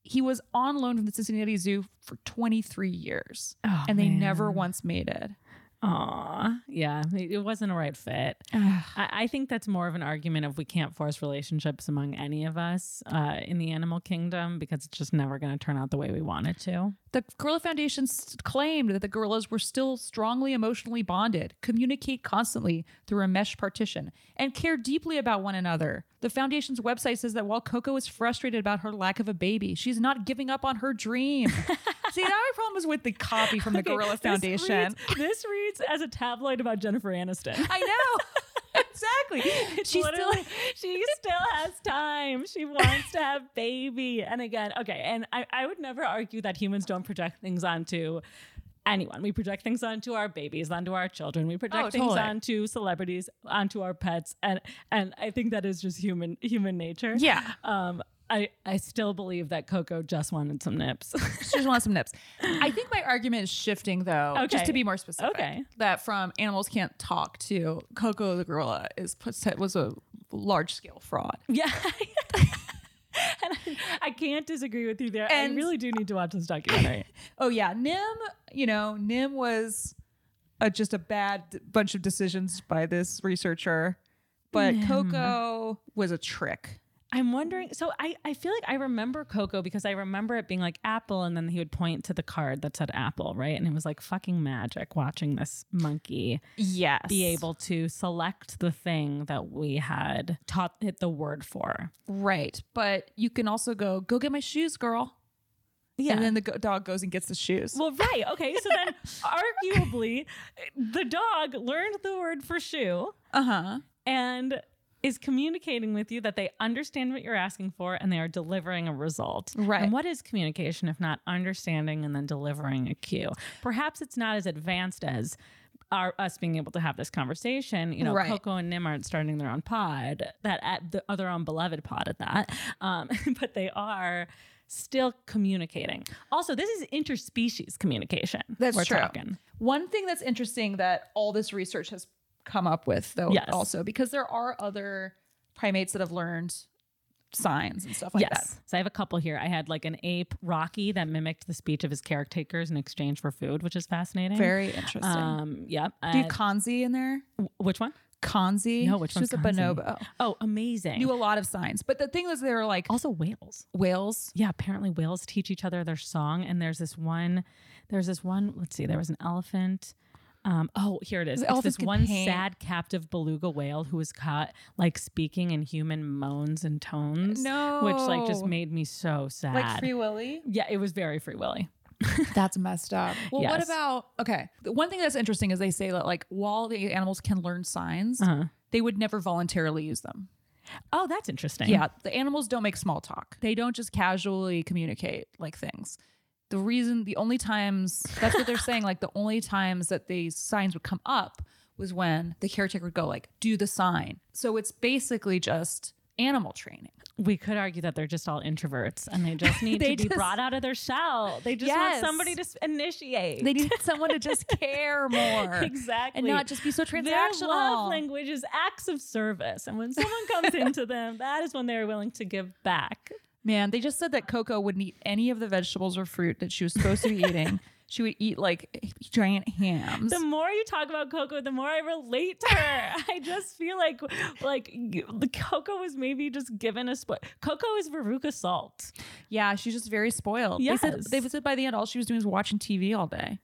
Speaker 7: he was on loan from the Cincinnati Zoo for 23 years,
Speaker 1: Oh,
Speaker 7: and they
Speaker 1: man.
Speaker 7: never once mated.
Speaker 1: Aw, yeah, it it wasn't a right fit. I, I think that's more of an argument of we can't force relationships among any of us uh, in the animal kingdom because it's just never going to turn out the way we want it to.
Speaker 7: The Gorilla Foundation s- claimed that the gorillas were still strongly emotionally bonded, communicate constantly through a mesh partition, and care deeply about one another. The foundation's website says that while Coco is frustrated about her lack of a baby, she's not giving up on her dream. See, now my problem is with the copy from the
Speaker 1: Okay,
Speaker 7: Gorilla
Speaker 1: this reads-
Speaker 7: Foundation.
Speaker 1: This reads, as a tabloid about Jennifer Aniston.
Speaker 7: I know. exactly.
Speaker 1: She still, she still has time. She wants to have baby. And again, okay. And I, I would never argue that humans don't project things onto anyone. We project things onto our babies, onto our children. We project
Speaker 7: Oh,
Speaker 1: things
Speaker 7: totally.
Speaker 1: onto celebrities, onto our pets, and and I think that is just human human nature.
Speaker 7: Yeah.
Speaker 1: Um. I I still believe that Coco just wanted some nips.
Speaker 7: She just wants some nips. I think my argument is shifting though,
Speaker 1: Okay.
Speaker 7: just to be more specific.
Speaker 1: Okay.
Speaker 7: That from animals can't talk to Coco the gorilla is was a large scale fraud.
Speaker 1: yeah. And I, I can't disagree with you there. I
Speaker 7: And-
Speaker 1: really do need to watch this documentary.
Speaker 7: Oh yeah, Nim. You know, Nim was a, just a bad d- bunch of decisions by this researcher, but Coco was a trick.
Speaker 1: I'm wondering. So I, I feel like I remember Coco because I remember it being like Apple, and then he would point to the card that said Apple, right? And it was like fucking magic watching this monkey
Speaker 7: Yes.
Speaker 1: be able to select the thing that we had taught it the word for.
Speaker 7: Right, but you can also go go get my shoes, girl.
Speaker 1: Yeah.
Speaker 7: And then the go- dog goes and gets the shoes.
Speaker 1: well, right. Okay. So then, arguably, the dog learned the word for shoe
Speaker 7: uh huh.
Speaker 1: and is communicating with you that they understand what you're asking for and they are delivering a result.
Speaker 7: Right.
Speaker 1: And what is communication if not understanding and then delivering a cue? Perhaps it's not as advanced as our, us being able to have this conversation. You know,
Speaker 7: Right.
Speaker 1: Coco and Nim aren't starting their own pod, that at the, other own beloved pod at that, um, but they are still communicating. Also, this is interspecies communication.
Speaker 7: That's
Speaker 1: we're
Speaker 7: true.
Speaker 1: Talking.
Speaker 7: One thing that's interesting that all this research has come up with, though,
Speaker 1: Yes.
Speaker 7: also because there are other primates that have learned signs and stuff like
Speaker 1: yes. So I have a couple here. I had like an ape, Rocky, that mimicked the speech of his caretakers in exchange for food, which is
Speaker 7: that.
Speaker 1: fascinating.
Speaker 7: Very interesting.
Speaker 1: Um, yep.
Speaker 7: Do
Speaker 1: Uh,
Speaker 7: you have Kanzi in there?
Speaker 1: which one?
Speaker 7: Kanzi?
Speaker 1: No, which
Speaker 7: She was a
Speaker 1: one's Kanzi?
Speaker 7: bonobo.
Speaker 1: Oh, amazing.
Speaker 7: Knew a lot of signs. But the thing was, they were like
Speaker 1: also whales.
Speaker 7: whales.
Speaker 1: Yeah, apparently whales teach each other their song, and there's this one. There's this one. Let's see. There was an elephant. Um, oh, here it is.
Speaker 7: The
Speaker 1: It's
Speaker 7: elephants
Speaker 1: this
Speaker 7: could
Speaker 1: one
Speaker 7: paint.
Speaker 1: sad captive beluga whale who was caught like speaking in human moans and tones, which like just
Speaker 7: No.
Speaker 1: made me so sad.
Speaker 7: Like Free Willy.
Speaker 1: yeah, it was very free willy.
Speaker 7: That's messed up. Well, what
Speaker 1: Yes.
Speaker 7: about okay? The one thing that's interesting is they say that like while the animals can learn signs,
Speaker 1: Uh-huh.
Speaker 7: they would never voluntarily use them.
Speaker 1: Oh, that's interesting.
Speaker 7: Yeah, the animals don't make small talk. They don't just casually communicate like things. The reason, the only times, that's what they're saying, like the only times that these signs would come up was when the caretaker would go, like, do the sign. So it's basically just animal training.
Speaker 1: we could argue that they're just all introverts and they just need
Speaker 7: They
Speaker 1: to be
Speaker 7: just-
Speaker 1: brought out of their shell. They just
Speaker 7: Yes.
Speaker 1: want somebody to s- initiate.
Speaker 7: They need someone to just care more.
Speaker 1: exactly.
Speaker 7: And not just be so
Speaker 1: Their love
Speaker 7: transactional.
Speaker 1: language is acts of service. And when someone comes into them, that is when they're willing to give back.
Speaker 7: Man, they just said that Coco wouldn't eat any of the vegetables or fruit that she was supposed to be eating. She would eat like giant hams.
Speaker 1: The more you talk about Coco, the more I relate to her. I just feel like like you- the Coco was maybe just given a spoil. Coco is Veruca Salt.
Speaker 7: Yeah, she's just very spoiled. They said
Speaker 1: Yes.
Speaker 7: they said by the end all she was doing was watching TV all day.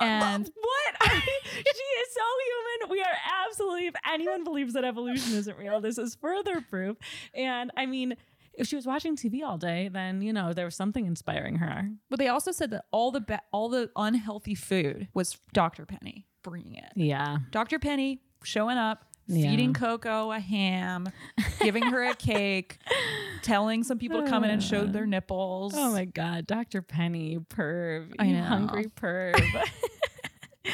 Speaker 7: And
Speaker 1: What? she is so human. We are absolutely, if anyone believes that evolution isn't real, this is further proof. And I mean, if she was watching TV all day, then, you know, there was something inspiring her.
Speaker 7: but they also said that all the ba- all the unhealthy food was Dr. Penny bringing it.
Speaker 1: Yeah.
Speaker 7: Dr. Penny showing up,
Speaker 1: Yeah.
Speaker 7: feeding Coco a ham, giving her a cake, telling some people to come in and show their nipples.
Speaker 1: Uh. Oh my God. Dr. Penny, you perv.
Speaker 7: I
Speaker 1: you
Speaker 7: know.
Speaker 1: hungry perv.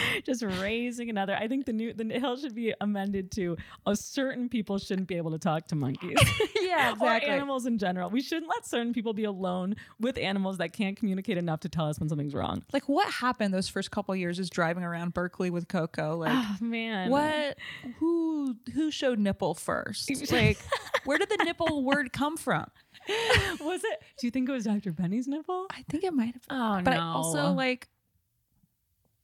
Speaker 1: Just raising another. I think the new the hill should be amended to oh, certain people shouldn't be able to talk to monkeys.
Speaker 7: yeah,
Speaker 1: or animals in general. We shouldn't let certain people be alone with animals that can't communicate enough to tell us when something's wrong.
Speaker 7: Like what happened those first couple years is driving around Berkeley with Coco like
Speaker 1: Oh man.
Speaker 7: what who who showed nipple first like where did the nipple word come from
Speaker 1: was it? Do you think it was Dr. Benny's nipple?
Speaker 7: I think it might have.
Speaker 1: Oh
Speaker 7: But I also like,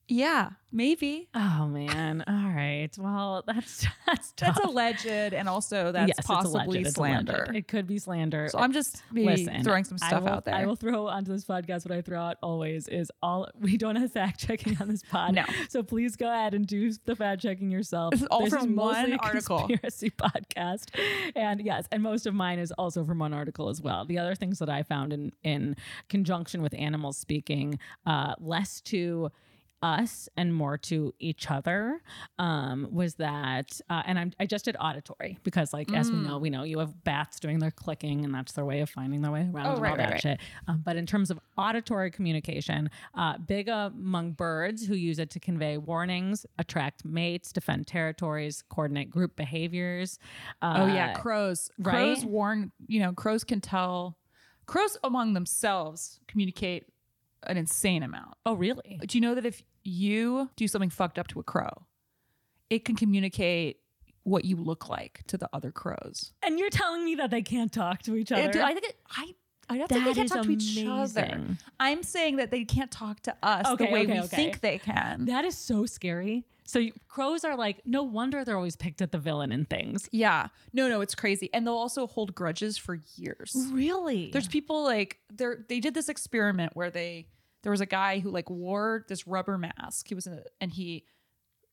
Speaker 7: yeah, maybe.
Speaker 1: Oh man! All right. Well, that's that's tough.
Speaker 7: That's alleged, and also that's
Speaker 1: Yes, it's
Speaker 7: possibly
Speaker 1: alleged, it's alleged.
Speaker 7: slander.
Speaker 1: It could be slander.
Speaker 7: So I'm just maybe
Speaker 1: Listen,
Speaker 7: throwing some
Speaker 1: I
Speaker 7: stuff
Speaker 1: will-
Speaker 7: out there.
Speaker 1: I will throw onto this podcast what I throw out always is all we don't have fact checking on this pod.
Speaker 7: No.
Speaker 1: So please go ahead and do the fact checking yourself.
Speaker 7: This is all from one
Speaker 1: mostly a
Speaker 7: article.
Speaker 1: Conspiracy podcast. And yes, and most of mine is also from one article as well. The other things that I found in in conjunction with animals speaking, uh, less to us and more to each other um, was that, uh, and I'm, I just did auditory because, like, as we
Speaker 7: Mm.
Speaker 1: know, we know you have bats doing their clicking, and that's their way of finding their way around and
Speaker 7: Oh, right,
Speaker 1: all
Speaker 7: right,
Speaker 1: that
Speaker 7: right.
Speaker 1: shit. Um, but in terms of auditory communication, uh, big among birds who use it to convey warnings, attract mates, defend territories, coordinate group behaviors.
Speaker 7: Oh
Speaker 1: Uh,
Speaker 7: yeah, crows. Crows
Speaker 1: right?
Speaker 7: warn. You know, crows can tell. Crows among themselves communicate an insane amount.
Speaker 1: oh, really?
Speaker 7: Do you know that if you do something fucked up to a crow, it can communicate what you look like to the other crows?
Speaker 1: And you're telling me that they can't talk to each other?
Speaker 7: It- I think it, I. I don't think they
Speaker 1: That
Speaker 7: can
Speaker 1: is
Speaker 7: talk to each other.
Speaker 1: amazing.
Speaker 7: I'm saying that they can't talk to us
Speaker 1: Okay,
Speaker 7: the way
Speaker 1: okay,
Speaker 7: we
Speaker 1: okay.
Speaker 7: think they can.
Speaker 1: That is so scary. So you, crows are like, no wonder they're always picked at the villain in things.
Speaker 7: yeah. No, no, it's crazy. And they'll also hold grudges for years.
Speaker 1: Really?
Speaker 7: There's people like they are they did this experiment where they there was a guy who like wore this rubber mask. He was in a, and he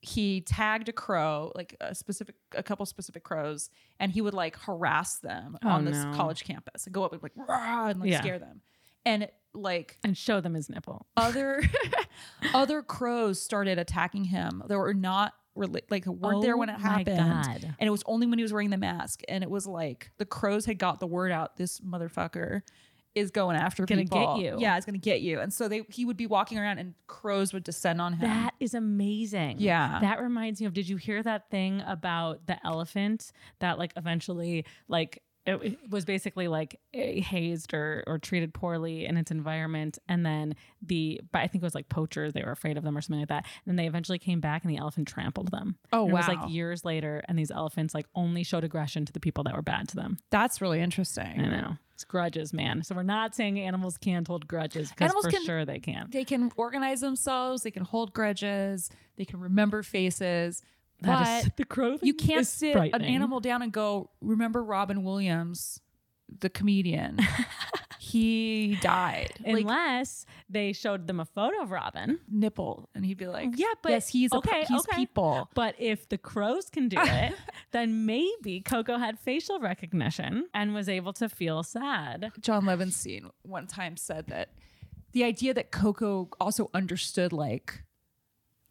Speaker 7: he tagged a crow, like a specific a couple specific crows, and he would like harass them
Speaker 1: Oh,
Speaker 7: on this
Speaker 1: no.
Speaker 7: college campus and go up and like rah and like
Speaker 1: Yeah.
Speaker 7: scare them. And like
Speaker 1: and show them his nipple.
Speaker 7: other other crows started attacking him. They were not rela- like weren't there when
Speaker 1: Oh
Speaker 7: it
Speaker 1: my
Speaker 7: happened.
Speaker 1: God.
Speaker 7: And it was only when he was wearing the mask. And it was like the crows had got the word out. This motherfucker is going after
Speaker 1: Gonna get
Speaker 7: people.
Speaker 1: you.
Speaker 7: Yeah, it's gonna get you. And so they he would be walking around and crows would descend on him.
Speaker 1: That is amazing.
Speaker 7: Yeah.
Speaker 1: That reminds me of did you hear that thing about the elephant that like eventually like it w- was basically like eh, hazed or, or treated poorly in its environment and then the but I think it was like poachers they were afraid of them or something like that and then they eventually came back and the elephant trampled them.
Speaker 7: oh
Speaker 1: And It
Speaker 7: wow,
Speaker 1: was like years later and these elephants like only showed aggression to the people that were bad to them.
Speaker 7: that's really
Speaker 1: I
Speaker 7: interesting.
Speaker 1: know. It's grudges, man. So we're not saying animals can't hold grudges because
Speaker 7: Animals
Speaker 1: for
Speaker 7: can-
Speaker 1: sure they can.
Speaker 7: They can organize themselves. They can hold grudges. They can remember faces.
Speaker 1: That is
Speaker 7: but
Speaker 1: the crow.
Speaker 7: you
Speaker 1: thing
Speaker 7: can't
Speaker 1: is
Speaker 7: sit an
Speaker 1: frightening.
Speaker 7: animal down and go remember robin williams the comedian he died like
Speaker 1: unless they showed them a photo of Robin.
Speaker 7: nipple and he'd be like
Speaker 1: Yeah, but-
Speaker 7: yes he's a,
Speaker 1: okay,
Speaker 7: okay he's
Speaker 1: okay.
Speaker 7: people
Speaker 1: But if the crows can do it, then maybe Coco had facial recognition and was able to feel sad.
Speaker 7: john levinstein one time said that the idea that coco also understood like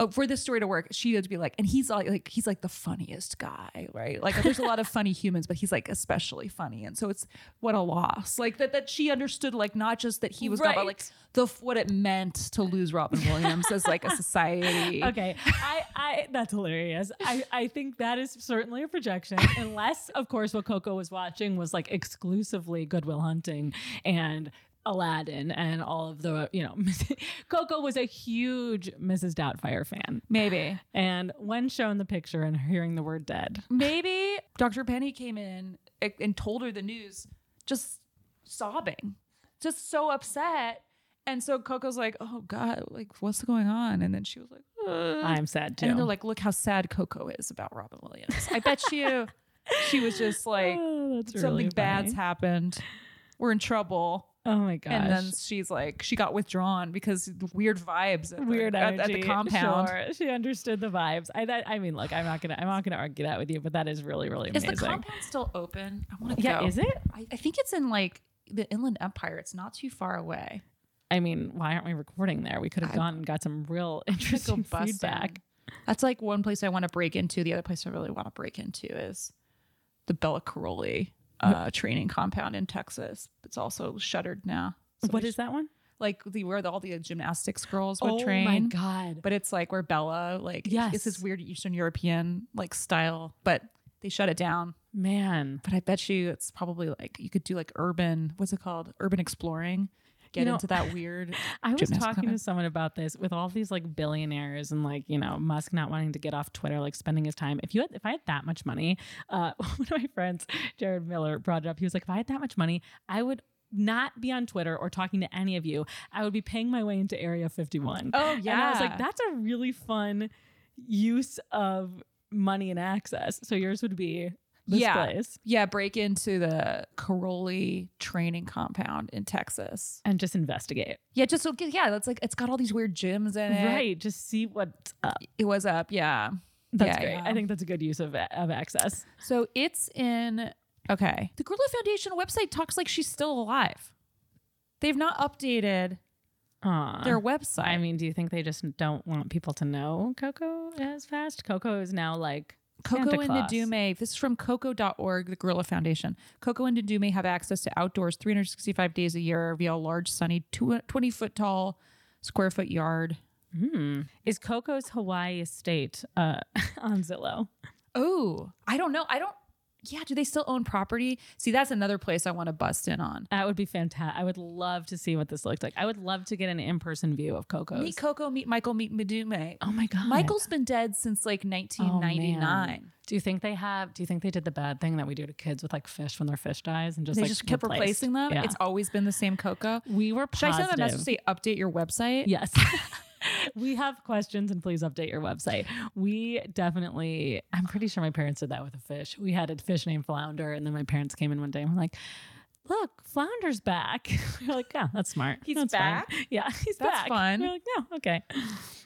Speaker 7: oh, for this story to work, she had to be like, and he's like, like he's like the funniest guy, right? Like, there's a lot of funny humans, but he's like especially funny, and so it's what a loss. Like that, that she understood, like not just that he was gone, but like
Speaker 1: Right.
Speaker 7: the what it meant to lose Robin Williams as like a society.
Speaker 1: Okay, I, I that's hilarious. I, I think that is certainly a projection, unless of course what Coco was watching was like exclusively Goodwill Hunting and. Aladdin and all of the, you know, Coco was a huge Mrs. Doubtfire fan.
Speaker 7: Maybe,
Speaker 1: And when shown the picture and hearing the word dead,
Speaker 7: maybe Dr. Penny came in a- and told her the news, just sobbing, just so upset. And so Coco's like, "Oh God, like what's going on?" And then she was like, "Uh."
Speaker 1: I'm sad too.
Speaker 7: And they're like, look how sad Coco is about Robin Williams. I bet you she was just like,
Speaker 1: Oh, that's
Speaker 7: something
Speaker 1: really
Speaker 7: bad's
Speaker 1: funny.
Speaker 7: happened. We're in trouble.
Speaker 1: Oh my gosh.
Speaker 7: And then she's like, she got withdrawn because the weird vibes at the,
Speaker 1: weird
Speaker 7: uh, at,
Speaker 1: energy
Speaker 7: at the compound.
Speaker 1: Sure. She understood the vibes. I that, I mean, look, I'm not gonna I'm not gonna argue that with you, but that is really really
Speaker 7: Is
Speaker 1: amazing.
Speaker 7: the compound still open? I want to
Speaker 1: yeah,
Speaker 7: go.
Speaker 1: is it?
Speaker 7: I, I think it's in like the Inland Empire. It's not too far away.
Speaker 1: I mean, why aren't we recording there? We could have gone and got some real
Speaker 7: Just go
Speaker 1: interesting
Speaker 7: bust
Speaker 1: feedback.
Speaker 7: in. That's like one place I want to break into. The other place I really want to break into is the Bella Caroli uh, training compound in Texas. It's also shuttered now. So
Speaker 1: what
Speaker 7: we
Speaker 1: is
Speaker 7: sh-
Speaker 1: that one?
Speaker 7: like the where the, all the gymnastics girls would train?
Speaker 1: god.
Speaker 7: But it's like where Bella, like,
Speaker 1: Yes.
Speaker 7: it's this weird Eastern European like style, but they shut it down.
Speaker 1: Man.
Speaker 7: But I bet you it's probably like you could do like urban, what's it called? Urban exploring. get
Speaker 1: You know-
Speaker 7: into that weird.
Speaker 1: I was
Speaker 7: Gymnast
Speaker 1: talking to
Speaker 7: comment.
Speaker 1: someone about this with all these like billionaires and like you know Musk not wanting to get off Twitter, like spending his time. If you had, if I had that much money, uh, one of my friends, Jared Miller, brought it up. He was like, if I had that much money, I would not be on Twitter or talking to any of you. I would be paying my way into Area 51.
Speaker 7: Oh
Speaker 1: And I was like, that's a really fun use of money and access. So yours would be this
Speaker 7: Yeah.
Speaker 1: place
Speaker 7: yeah, break into the Caroli training compound in Texas.
Speaker 1: and just investigate.
Speaker 7: Yeah, just so yeah, that's like it's got all these weird gyms in it.
Speaker 1: Right. Just see what's up.
Speaker 7: It was up, yeah.
Speaker 1: That's
Speaker 7: Yeah,
Speaker 1: great.
Speaker 7: yeah.
Speaker 1: I think that's a good use of, of access.
Speaker 7: So it's in okay. The Gorilla Foundation website talks like she's still alive. They've not updated
Speaker 1: Aw.
Speaker 7: their website.
Speaker 1: I mean, do you think they just don't want people to know Coco as fast? Coco is now like
Speaker 7: Coco
Speaker 1: Santa
Speaker 7: and
Speaker 1: Claus.
Speaker 7: Nadume. This is from coco.org, the Gorilla Foundation. Coco and Nadume have access to outdoors 365 days a year via a large, sunny, tw- 20 foot tall, square foot yard.
Speaker 1: hmm. Is Coco's Hawaii estate uh, on Zillow?
Speaker 7: Oh, I don't know. I don't. Yeah, do they still own property? See, that's another place I want to bust in on.
Speaker 1: That would be fantastic. I would love to see what this looks like. I would love to get an in-person view of Coco's.
Speaker 7: Meet Coco, meet Michael, meet Nadume.
Speaker 1: oh my god,
Speaker 7: Michael's been dead since like 1999.
Speaker 1: Do you think they have? Do you think they did the bad thing that we do to kids with like fish when their fish dies and just
Speaker 7: they
Speaker 1: like
Speaker 7: just kept
Speaker 1: replaced?
Speaker 7: replacing them.
Speaker 1: Yeah.
Speaker 7: It's always been the same Coco.
Speaker 1: we were
Speaker 7: Should
Speaker 1: positive.
Speaker 7: I send them a message to say update your website?
Speaker 1: Yes. we have questions and please update your website. We definitely, I'm pretty sure my parents did that with a fish. We had a fish named Flounder, and then my parents came in one day and were like, Look, Flounder's back. We were like, yeah, that's smart.
Speaker 7: He's
Speaker 1: That's fine."
Speaker 7: back?
Speaker 1: Yeah, he's
Speaker 7: That's
Speaker 1: back.
Speaker 7: fun.
Speaker 1: We were like, no, okay.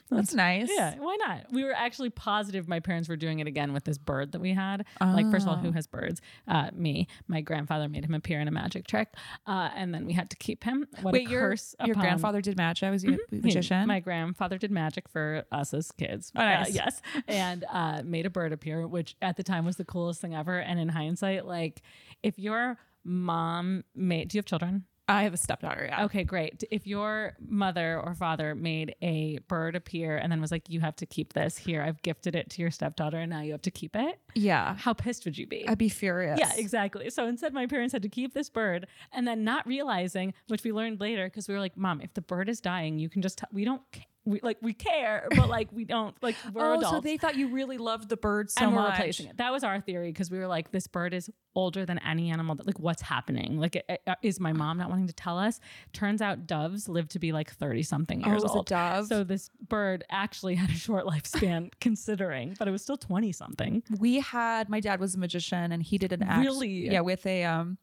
Speaker 7: That's nice.
Speaker 1: Yeah, why not? We were actually positive my parents were doing it again with this bird that we had. Like, first of all,
Speaker 7: Oh.
Speaker 1: who has birds? Uh, me. My grandfather made him appear in a magic trick, uh, and then we had to keep him. What
Speaker 7: Wait,
Speaker 1: a
Speaker 7: your,
Speaker 1: curse!
Speaker 7: your
Speaker 1: upon-
Speaker 7: grandfather did magic. Was he a
Speaker 1: I mean,
Speaker 7: magician?
Speaker 1: My grandfather did magic for us as kids.
Speaker 7: Oh, nice.
Speaker 1: Uh, yes. And uh, made a bird appear, which at the time was the coolest thing ever. And in hindsight, like if your mom made, do you have children?
Speaker 7: I have a stepdaughter. Yeah.
Speaker 1: Okay, great. If your mother or father made a bird appear and then was like, you have to keep this here, I've gifted it to your stepdaughter and now you have to keep it,
Speaker 7: Yeah.
Speaker 1: how pissed would you be?
Speaker 7: I'd be furious.
Speaker 1: Yeah, exactly. So instead, my parents had to keep this bird, and then not realizing, which we learned later, because we were like, "Mom, if the bird is dying, you can just t- we don't ca- we like we care, but like we don't like we're
Speaker 7: oh,
Speaker 1: adults."
Speaker 7: so they thought you really loved the bird so
Speaker 1: and we're
Speaker 7: much.
Speaker 1: replacing it. That was our theory because we were like, this bird is older than any animal. That, like, what's happening? Like, it- it- is my mom not wanting to tell us? Turns out doves live to be like thirty something
Speaker 7: Oh, it
Speaker 1: years
Speaker 7: was a
Speaker 1: old.
Speaker 7: dove?
Speaker 1: So this bird actually had a short lifespan, considering, but it was still twenty something.
Speaker 7: We had my dad was a magician and he did an act.
Speaker 1: Really?
Speaker 7: Yeah, with a um,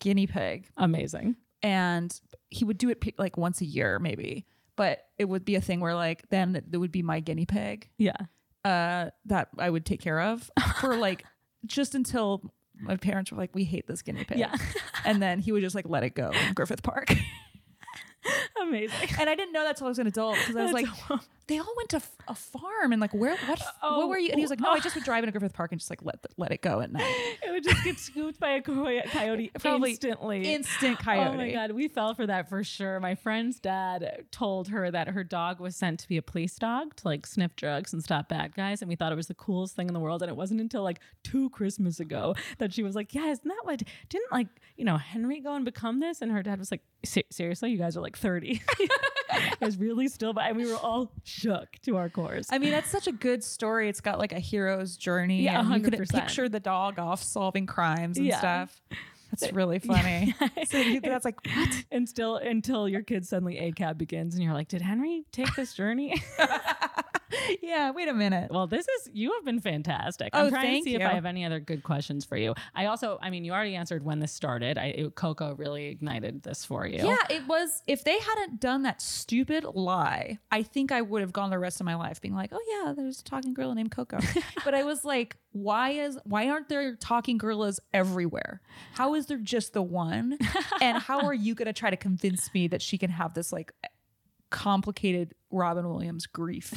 Speaker 7: guinea pig,
Speaker 1: Amazing.
Speaker 7: and he would do it pe- like once a year maybe, but it would be a thing where like then it would be my guinea pig
Speaker 1: Yeah.
Speaker 7: uh, that I would take care of for like just until my parents were like, we hate this guinea pig.
Speaker 1: Yeah.
Speaker 7: and then he would just like let it go in Griffith Park.
Speaker 1: Amazing.
Speaker 7: and I didn't know that till I was an adult because I was like,
Speaker 1: That's-
Speaker 7: they all went to f- a farm and like where what f-
Speaker 1: Oh,
Speaker 7: what were you? And he was like, no,
Speaker 1: oh.
Speaker 7: I just would drive into Griffith Park and just like let the, let it go at night.
Speaker 1: It would just get scooped by a coy- coyote
Speaker 7: Probably
Speaker 1: instantly.
Speaker 7: Instant coyote.
Speaker 1: Oh my god, we fell for that for sure. My friend's dad told her that her dog was sent to be a police dog to like sniff drugs and stop bad guys, and we thought it was the coolest thing in the world. And it wasn't until like two Christmas ago that she was like, "Yeah, isn't that what? Didn't like you know Henry go and become this?" And her dad was like, "Se- "Seriously, you guys are like thirty. It's really still." But and we were all shook to our cores.
Speaker 7: I mean, that's such a good story. It's got like a hero's journey.
Speaker 1: Yeah,
Speaker 7: and You could
Speaker 1: 100%.
Speaker 7: picture the dog off solving crimes and
Speaker 1: Yeah.
Speaker 7: stuff. That's really funny. so you- that's like what?
Speaker 1: and still until your kid suddenly a cab begins and you're like did henry take this journey
Speaker 7: yeah, wait a minute.
Speaker 1: well this is you have been fantastic
Speaker 7: Oh,
Speaker 1: i'm trying to
Speaker 7: thank
Speaker 1: see
Speaker 7: you.
Speaker 1: if i have any other good questions for you i also i mean you already answered when this started i it, coco really ignited this for you
Speaker 7: Yeah, it was. If they hadn't done that stupid lie, I think I would have gone the rest of my life being like, "Oh yeah, there's a talking gorilla named Coco." but I was like, "Why is why aren't there talking gorillas everywhere? How is there just the one? and how are you going to try to convince me that she can have this like complicated Robin Williams grief?"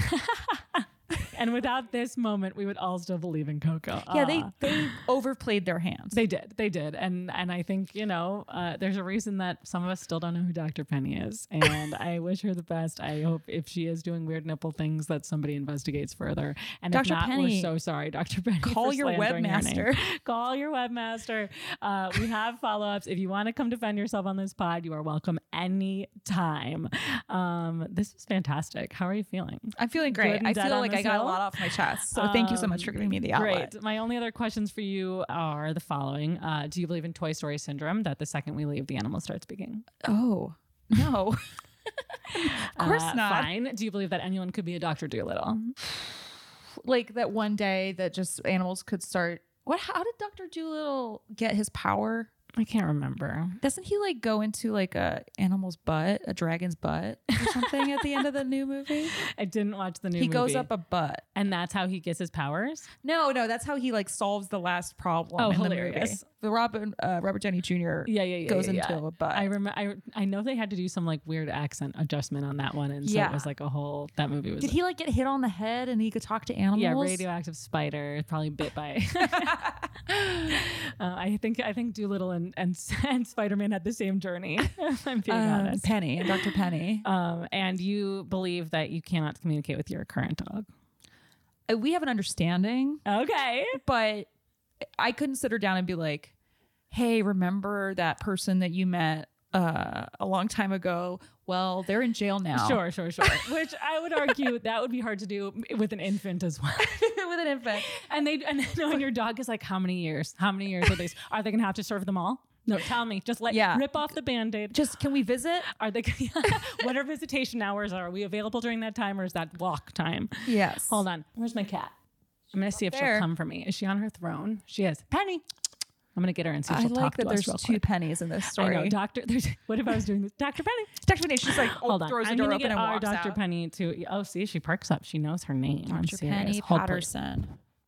Speaker 1: and without this moment we would all still believe in coco
Speaker 7: yeah, they
Speaker 1: Ah.
Speaker 7: they overplayed their hands.
Speaker 1: they did they did and and i think you know uh, there's a reason that some of us still don't know who dr penny is and i wish her the best i hope if she is doing weird nipple things that somebody investigates further and if
Speaker 7: Dr.
Speaker 1: not
Speaker 7: Penny,
Speaker 1: we're so sorry dr penny
Speaker 7: call
Speaker 1: for
Speaker 7: your
Speaker 1: slandering her
Speaker 7: webmaster.
Speaker 1: name. call your webmaster uh, we have follow-ups if you want to come defend yourself on this pod you are welcome any time. Um, this is fantastic. How are you feeling?
Speaker 7: I'm feeling
Speaker 1: Good
Speaker 7: great.
Speaker 1: and
Speaker 7: I
Speaker 1: dead
Speaker 7: feel
Speaker 1: on
Speaker 7: like
Speaker 1: this
Speaker 7: I got
Speaker 1: hill?
Speaker 7: a lot off my chest. So thank you so much for giving me the outlet.
Speaker 1: Great. My only other questions for you are the following: uh, Do you believe in Toy Story syndrome that the second we leave, the animal starts speaking?
Speaker 7: Oh no, of course
Speaker 1: Uh,
Speaker 7: not.
Speaker 1: Fine. Do you believe that anyone could be a Doctor Doolittle?
Speaker 7: Like that one day that just animals could start. What? How did Doctor Doolittle get his power?
Speaker 1: I can't remember.
Speaker 7: Doesn't he like go into like a animal's butt, a dragon's butt, or something at the end of the new movie?
Speaker 1: I didn't watch the new.
Speaker 7: he goes
Speaker 1: movie.
Speaker 7: up a butt.
Speaker 1: and that's how he gets his powers.
Speaker 7: No, no, that's how he like solves the last problem.
Speaker 1: Oh,
Speaker 7: in
Speaker 1: hilarious.
Speaker 7: The, movie. the Robin, uh, Robert Downey Jr.
Speaker 1: Yeah, yeah, yeah.
Speaker 7: goes
Speaker 1: yeah,
Speaker 7: into
Speaker 1: yeah.
Speaker 7: a butt.
Speaker 1: I remember. I, I know they had to do some like weird accent adjustment on that one, and so
Speaker 7: Yeah.
Speaker 1: it was like a whole that movie was.
Speaker 7: Did he like get hit on the head and he could talk to animals?
Speaker 1: yeah, radioactive spider, probably bit by. uh, I think I think Doolittle and and, and Spider Man had the same journey. If I'm being
Speaker 7: Um,
Speaker 1: honest.
Speaker 7: Penny, Dr. Penny.
Speaker 1: Um, and you believe that you cannot communicate with your current dog.
Speaker 7: Uh, we have an understanding,
Speaker 1: Okay.
Speaker 7: but I couldn't sit her down and be like, "Hey, remember that person that you met uh, a long time ago? Well, they're in jail now."
Speaker 1: Sure, sure, sure. Which I would argue that would be hard to do with an infant as well.
Speaker 7: with an infant.
Speaker 1: And they and knowing your dog is like, how many years? How many years are they? Are they gonna have to serve them all? No, tell me. Just let
Speaker 7: Yeah.
Speaker 1: rip off the band-aid.
Speaker 7: Just can we visit?
Speaker 1: Are they? what are visitation hours? Are we available during that time, or is that walk time?
Speaker 7: Yes.
Speaker 1: Hold on. Where's my cat? I'm gonna see if she'll
Speaker 7: there.
Speaker 1: come for me. Is she on her throne? She is. Penny. I'm gonna get her and see if
Speaker 7: I
Speaker 1: she'll
Speaker 7: like
Speaker 1: talk
Speaker 7: that
Speaker 1: to
Speaker 7: there's
Speaker 1: us real
Speaker 7: two
Speaker 1: quick.
Speaker 7: pennies in this story.
Speaker 1: I know, Doctor. There's, what if I was doing this, Doctor Penny?
Speaker 7: Dr. Penny, she's like, oh,
Speaker 1: Hold on.
Speaker 7: throws the
Speaker 1: I'm
Speaker 7: door
Speaker 1: gonna
Speaker 7: open
Speaker 1: get
Speaker 7: and
Speaker 1: our
Speaker 7: walks
Speaker 1: Dr.
Speaker 7: out.
Speaker 1: Penny to. Oh, see, she perks up. She knows her name. I'm serious. Hold, please.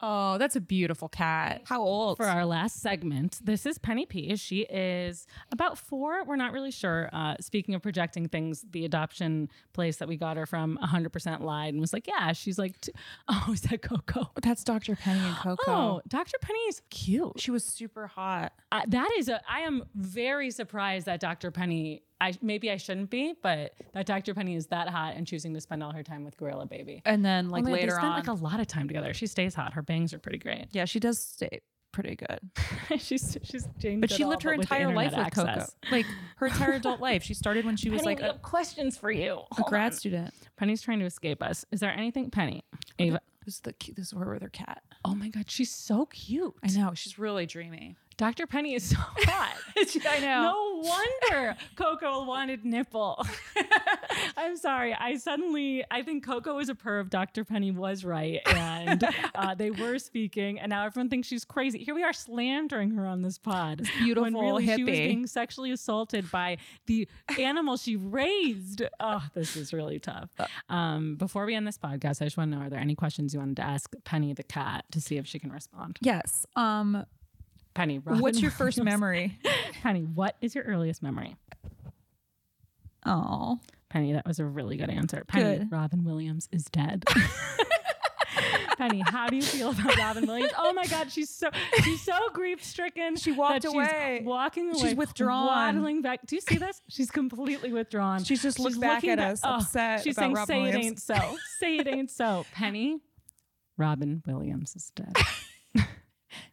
Speaker 7: Oh, that's a beautiful cat. How old?
Speaker 1: for our last segment. This is Penny P. She is about four. We're not really sure. Uh, speaking of projecting things, the adoption place that we got her from 100% lied and was like, yeah, she's like, t- oh, is that Coco?
Speaker 7: that's Dr. Penny and Coco.
Speaker 1: Oh, Dr. Penny is cute.
Speaker 7: She was super hot.
Speaker 1: Uh, that is a. I am very surprised that Dr. Penny. I maybe I shouldn't be, but that Dr. Penny is that hot and choosing to spend all her time with Gorilla Baby.
Speaker 7: And then like
Speaker 1: Oh my God,
Speaker 7: later
Speaker 1: they spend
Speaker 7: on,
Speaker 1: like a lot of time together. She stays hot. Her bangs are pretty great.
Speaker 7: yeah, she does stay pretty good.
Speaker 1: she's she's Jane.
Speaker 7: But she
Speaker 1: Goodall,
Speaker 7: lived her
Speaker 1: with
Speaker 7: entire life
Speaker 1: internet
Speaker 7: with Coco.
Speaker 1: access.
Speaker 7: Like her entire adult life. She started when she was
Speaker 1: Penny,
Speaker 7: like
Speaker 1: we
Speaker 7: a,
Speaker 1: have questions for you.
Speaker 7: a
Speaker 1: Hold
Speaker 7: grad
Speaker 1: on.
Speaker 7: student.
Speaker 1: Penny's trying to escape us. Is there anything, Penny? Ava.
Speaker 7: This is the cu- this is her with her cat.
Speaker 1: Oh my God, she's so cute.
Speaker 7: I know she's really dreamy.
Speaker 1: Dr. Penny is so hot.
Speaker 7: I know.
Speaker 1: No wonder Coco wanted nipple. I'm sorry. I suddenly, I think Coco is a perv. Dr. Penny was right. And uh, they were speaking, and now everyone thinks she's crazy. Here we are slandering her on this pod.
Speaker 7: beautiful
Speaker 1: when really she was
Speaker 7: hippie.
Speaker 1: being sexually assaulted by the animal she raised. Oh, this is really tough.
Speaker 7: Uh,
Speaker 1: Um, before we end this podcast, I just want to know: Are there any questions you wanted to ask Penny the cat to see if she can respond?
Speaker 7: Yes. Um.
Speaker 1: Penny, Robin
Speaker 7: what's your first
Speaker 1: Williams.
Speaker 7: memory?
Speaker 1: Penny, what is your earliest memory?
Speaker 7: Oh.
Speaker 1: Penny, that was a really good answer. Penny,
Speaker 7: Good.
Speaker 1: Robin Williams is dead. Penny, how do you feel about Robin Williams? Oh my God, she's so she's so grief stricken.
Speaker 7: She walked
Speaker 1: that
Speaker 7: away.
Speaker 1: She's walking away.
Speaker 7: She's withdrawn.
Speaker 1: Waddling back. Do you see this? She's completely withdrawn.
Speaker 7: She's oh, just looked back
Speaker 1: looking oh,
Speaker 7: at us, upset
Speaker 1: She's
Speaker 7: about
Speaker 1: saying,
Speaker 7: Robin
Speaker 1: "Say it
Speaker 7: Williams."
Speaker 1: ain't so. Say it ain't so." Penny, Robin Williams is dead.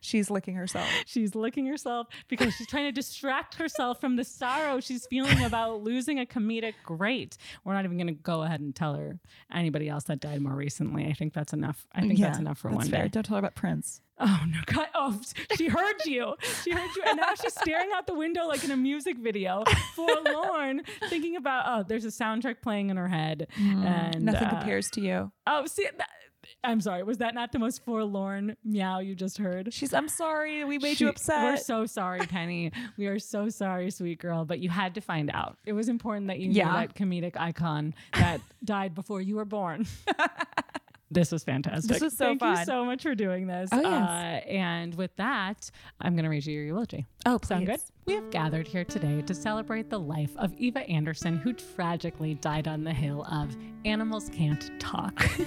Speaker 7: She's licking herself.
Speaker 1: She's licking herself because she's trying to distract herself from the sorrow she's feeling about losing a comedic great. We're not even going to go ahead and tell her anybody else that died more recently. I think that's enough. I think that's enough for one
Speaker 7: fair.
Speaker 1: day.
Speaker 7: Don't tell her about Prince.
Speaker 1: Oh no! God. Oh, she heard you. She heard you, and now she's staring out the window like in a music video, forlorn, thinking about oh, there's a soundtrack playing in her head, and
Speaker 7: Mm, Nothing
Speaker 1: uh,
Speaker 7: compares to you.
Speaker 1: Oh, see. That, I'm sorry. Was that not the most forlorn meow you just heard?
Speaker 7: She's. I'm sorry. We made
Speaker 1: She-
Speaker 7: you upset.
Speaker 1: We're so sorry, Penny. we are so sorry, sweet girl. But you had to find out. It was important that you knew
Speaker 7: Yeah.
Speaker 1: that comedic icon that died before you were born. This was fantastic.
Speaker 7: This was so
Speaker 1: Thank you
Speaker 7: fun.
Speaker 1: so much for doing this.
Speaker 7: Oh, yes.
Speaker 1: Uh, and with that, I'm going to read you your eulogy.
Speaker 7: oh,
Speaker 1: Sound good? We have gathered here today to celebrate the life of Eva Anderson, who tragically died on the hill of Animals Can't Talk.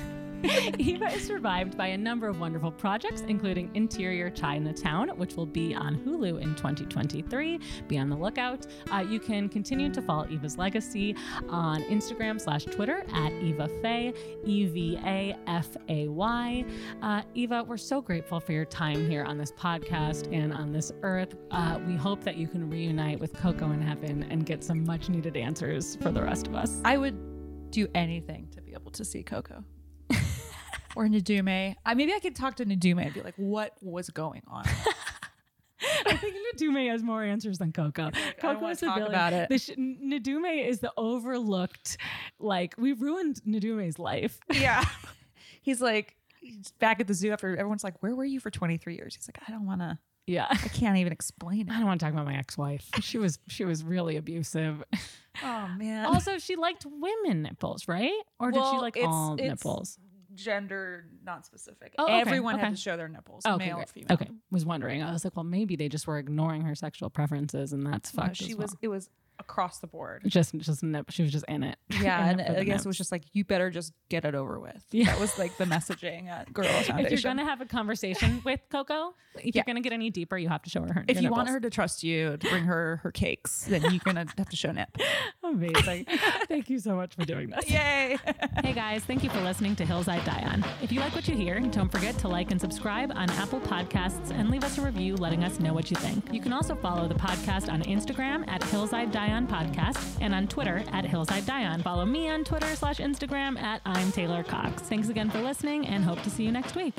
Speaker 1: Eva is survived by a number of wonderful projects, including Interior Chinatown, which will be on Hulu in 2023. Be on the lookout. Uh, you can continue to follow Eva's legacy on Instagram slash Twitter at Eva Fay, E V A F A Y. Uh, Eva, we're so grateful for your time here on this podcast and on this earth. Uh, we hope that you can reunite with Coco in heaven and get some much needed answers for the rest of us.
Speaker 7: I would do anything to be able to see Coco or Nadume. I, maybe I could talk to Nadume and be like, what was going on?
Speaker 1: I think Nadume has more answers than Coco.
Speaker 7: don't
Speaker 1: Coco
Speaker 7: wanna
Speaker 1: is the
Speaker 7: talk
Speaker 1: villain.
Speaker 7: about it.
Speaker 1: The sh- Nadume is the overlooked, like we ruined Nadume's life.
Speaker 7: yeah. He's like, he's back at the zoo after everyone's like, where were you for 23 years? He's like, I don't want to,
Speaker 1: Yeah,
Speaker 7: I can't even explain
Speaker 1: I
Speaker 7: it.
Speaker 1: don't want to talk about my ex-wife. She was she was really abusive.
Speaker 7: Oh, man.
Speaker 1: also, she liked women nipples, right? Or did she
Speaker 7: Well,
Speaker 1: like
Speaker 7: it's-
Speaker 1: all
Speaker 7: it's
Speaker 1: nipples?
Speaker 7: Gender non specific.
Speaker 1: Oh, okay,
Speaker 7: Everyone
Speaker 1: okay.
Speaker 7: had to show their nipples,
Speaker 1: Oh,
Speaker 7: male or
Speaker 1: great.
Speaker 7: female.
Speaker 1: Okay, was wondering. I was like, well, maybe they just were ignoring her sexual preferences, and that's
Speaker 7: No,
Speaker 1: fucked.
Speaker 7: she
Speaker 1: as
Speaker 7: was, it was across the board.
Speaker 1: well. just just nip. She was just in it.
Speaker 7: Yeah,
Speaker 1: In
Speaker 7: and
Speaker 1: it for the
Speaker 7: I guess
Speaker 1: nips.
Speaker 7: it was just like you better just get it over with.
Speaker 1: Yeah.
Speaker 7: That was like the messaging at Girl Foundation.
Speaker 1: If you're gonna have a conversation with Coco, if you're
Speaker 7: Yeah.
Speaker 1: gonna get any deeper, you have to show her. her
Speaker 7: if you
Speaker 1: your
Speaker 7: want
Speaker 1: nipples.
Speaker 7: her to trust you to bring her her cakes, then you're gonna have to show nip.
Speaker 1: Amazing. Thank you so much for doing this.
Speaker 7: Yay!
Speaker 1: Hey guys, thank you for listening to Hills I Die On. If you like what you hear, don't forget to like and subscribe on Apple Podcasts and leave us a review letting us know what you think. You can also follow the podcast on Instagram at Hills I Die On Podcast and on Twitter at Hills I Die On. Follow me on Twitter slash Instagram at I'm Taylor Cox. Thanks again for listening and hope to see you next week.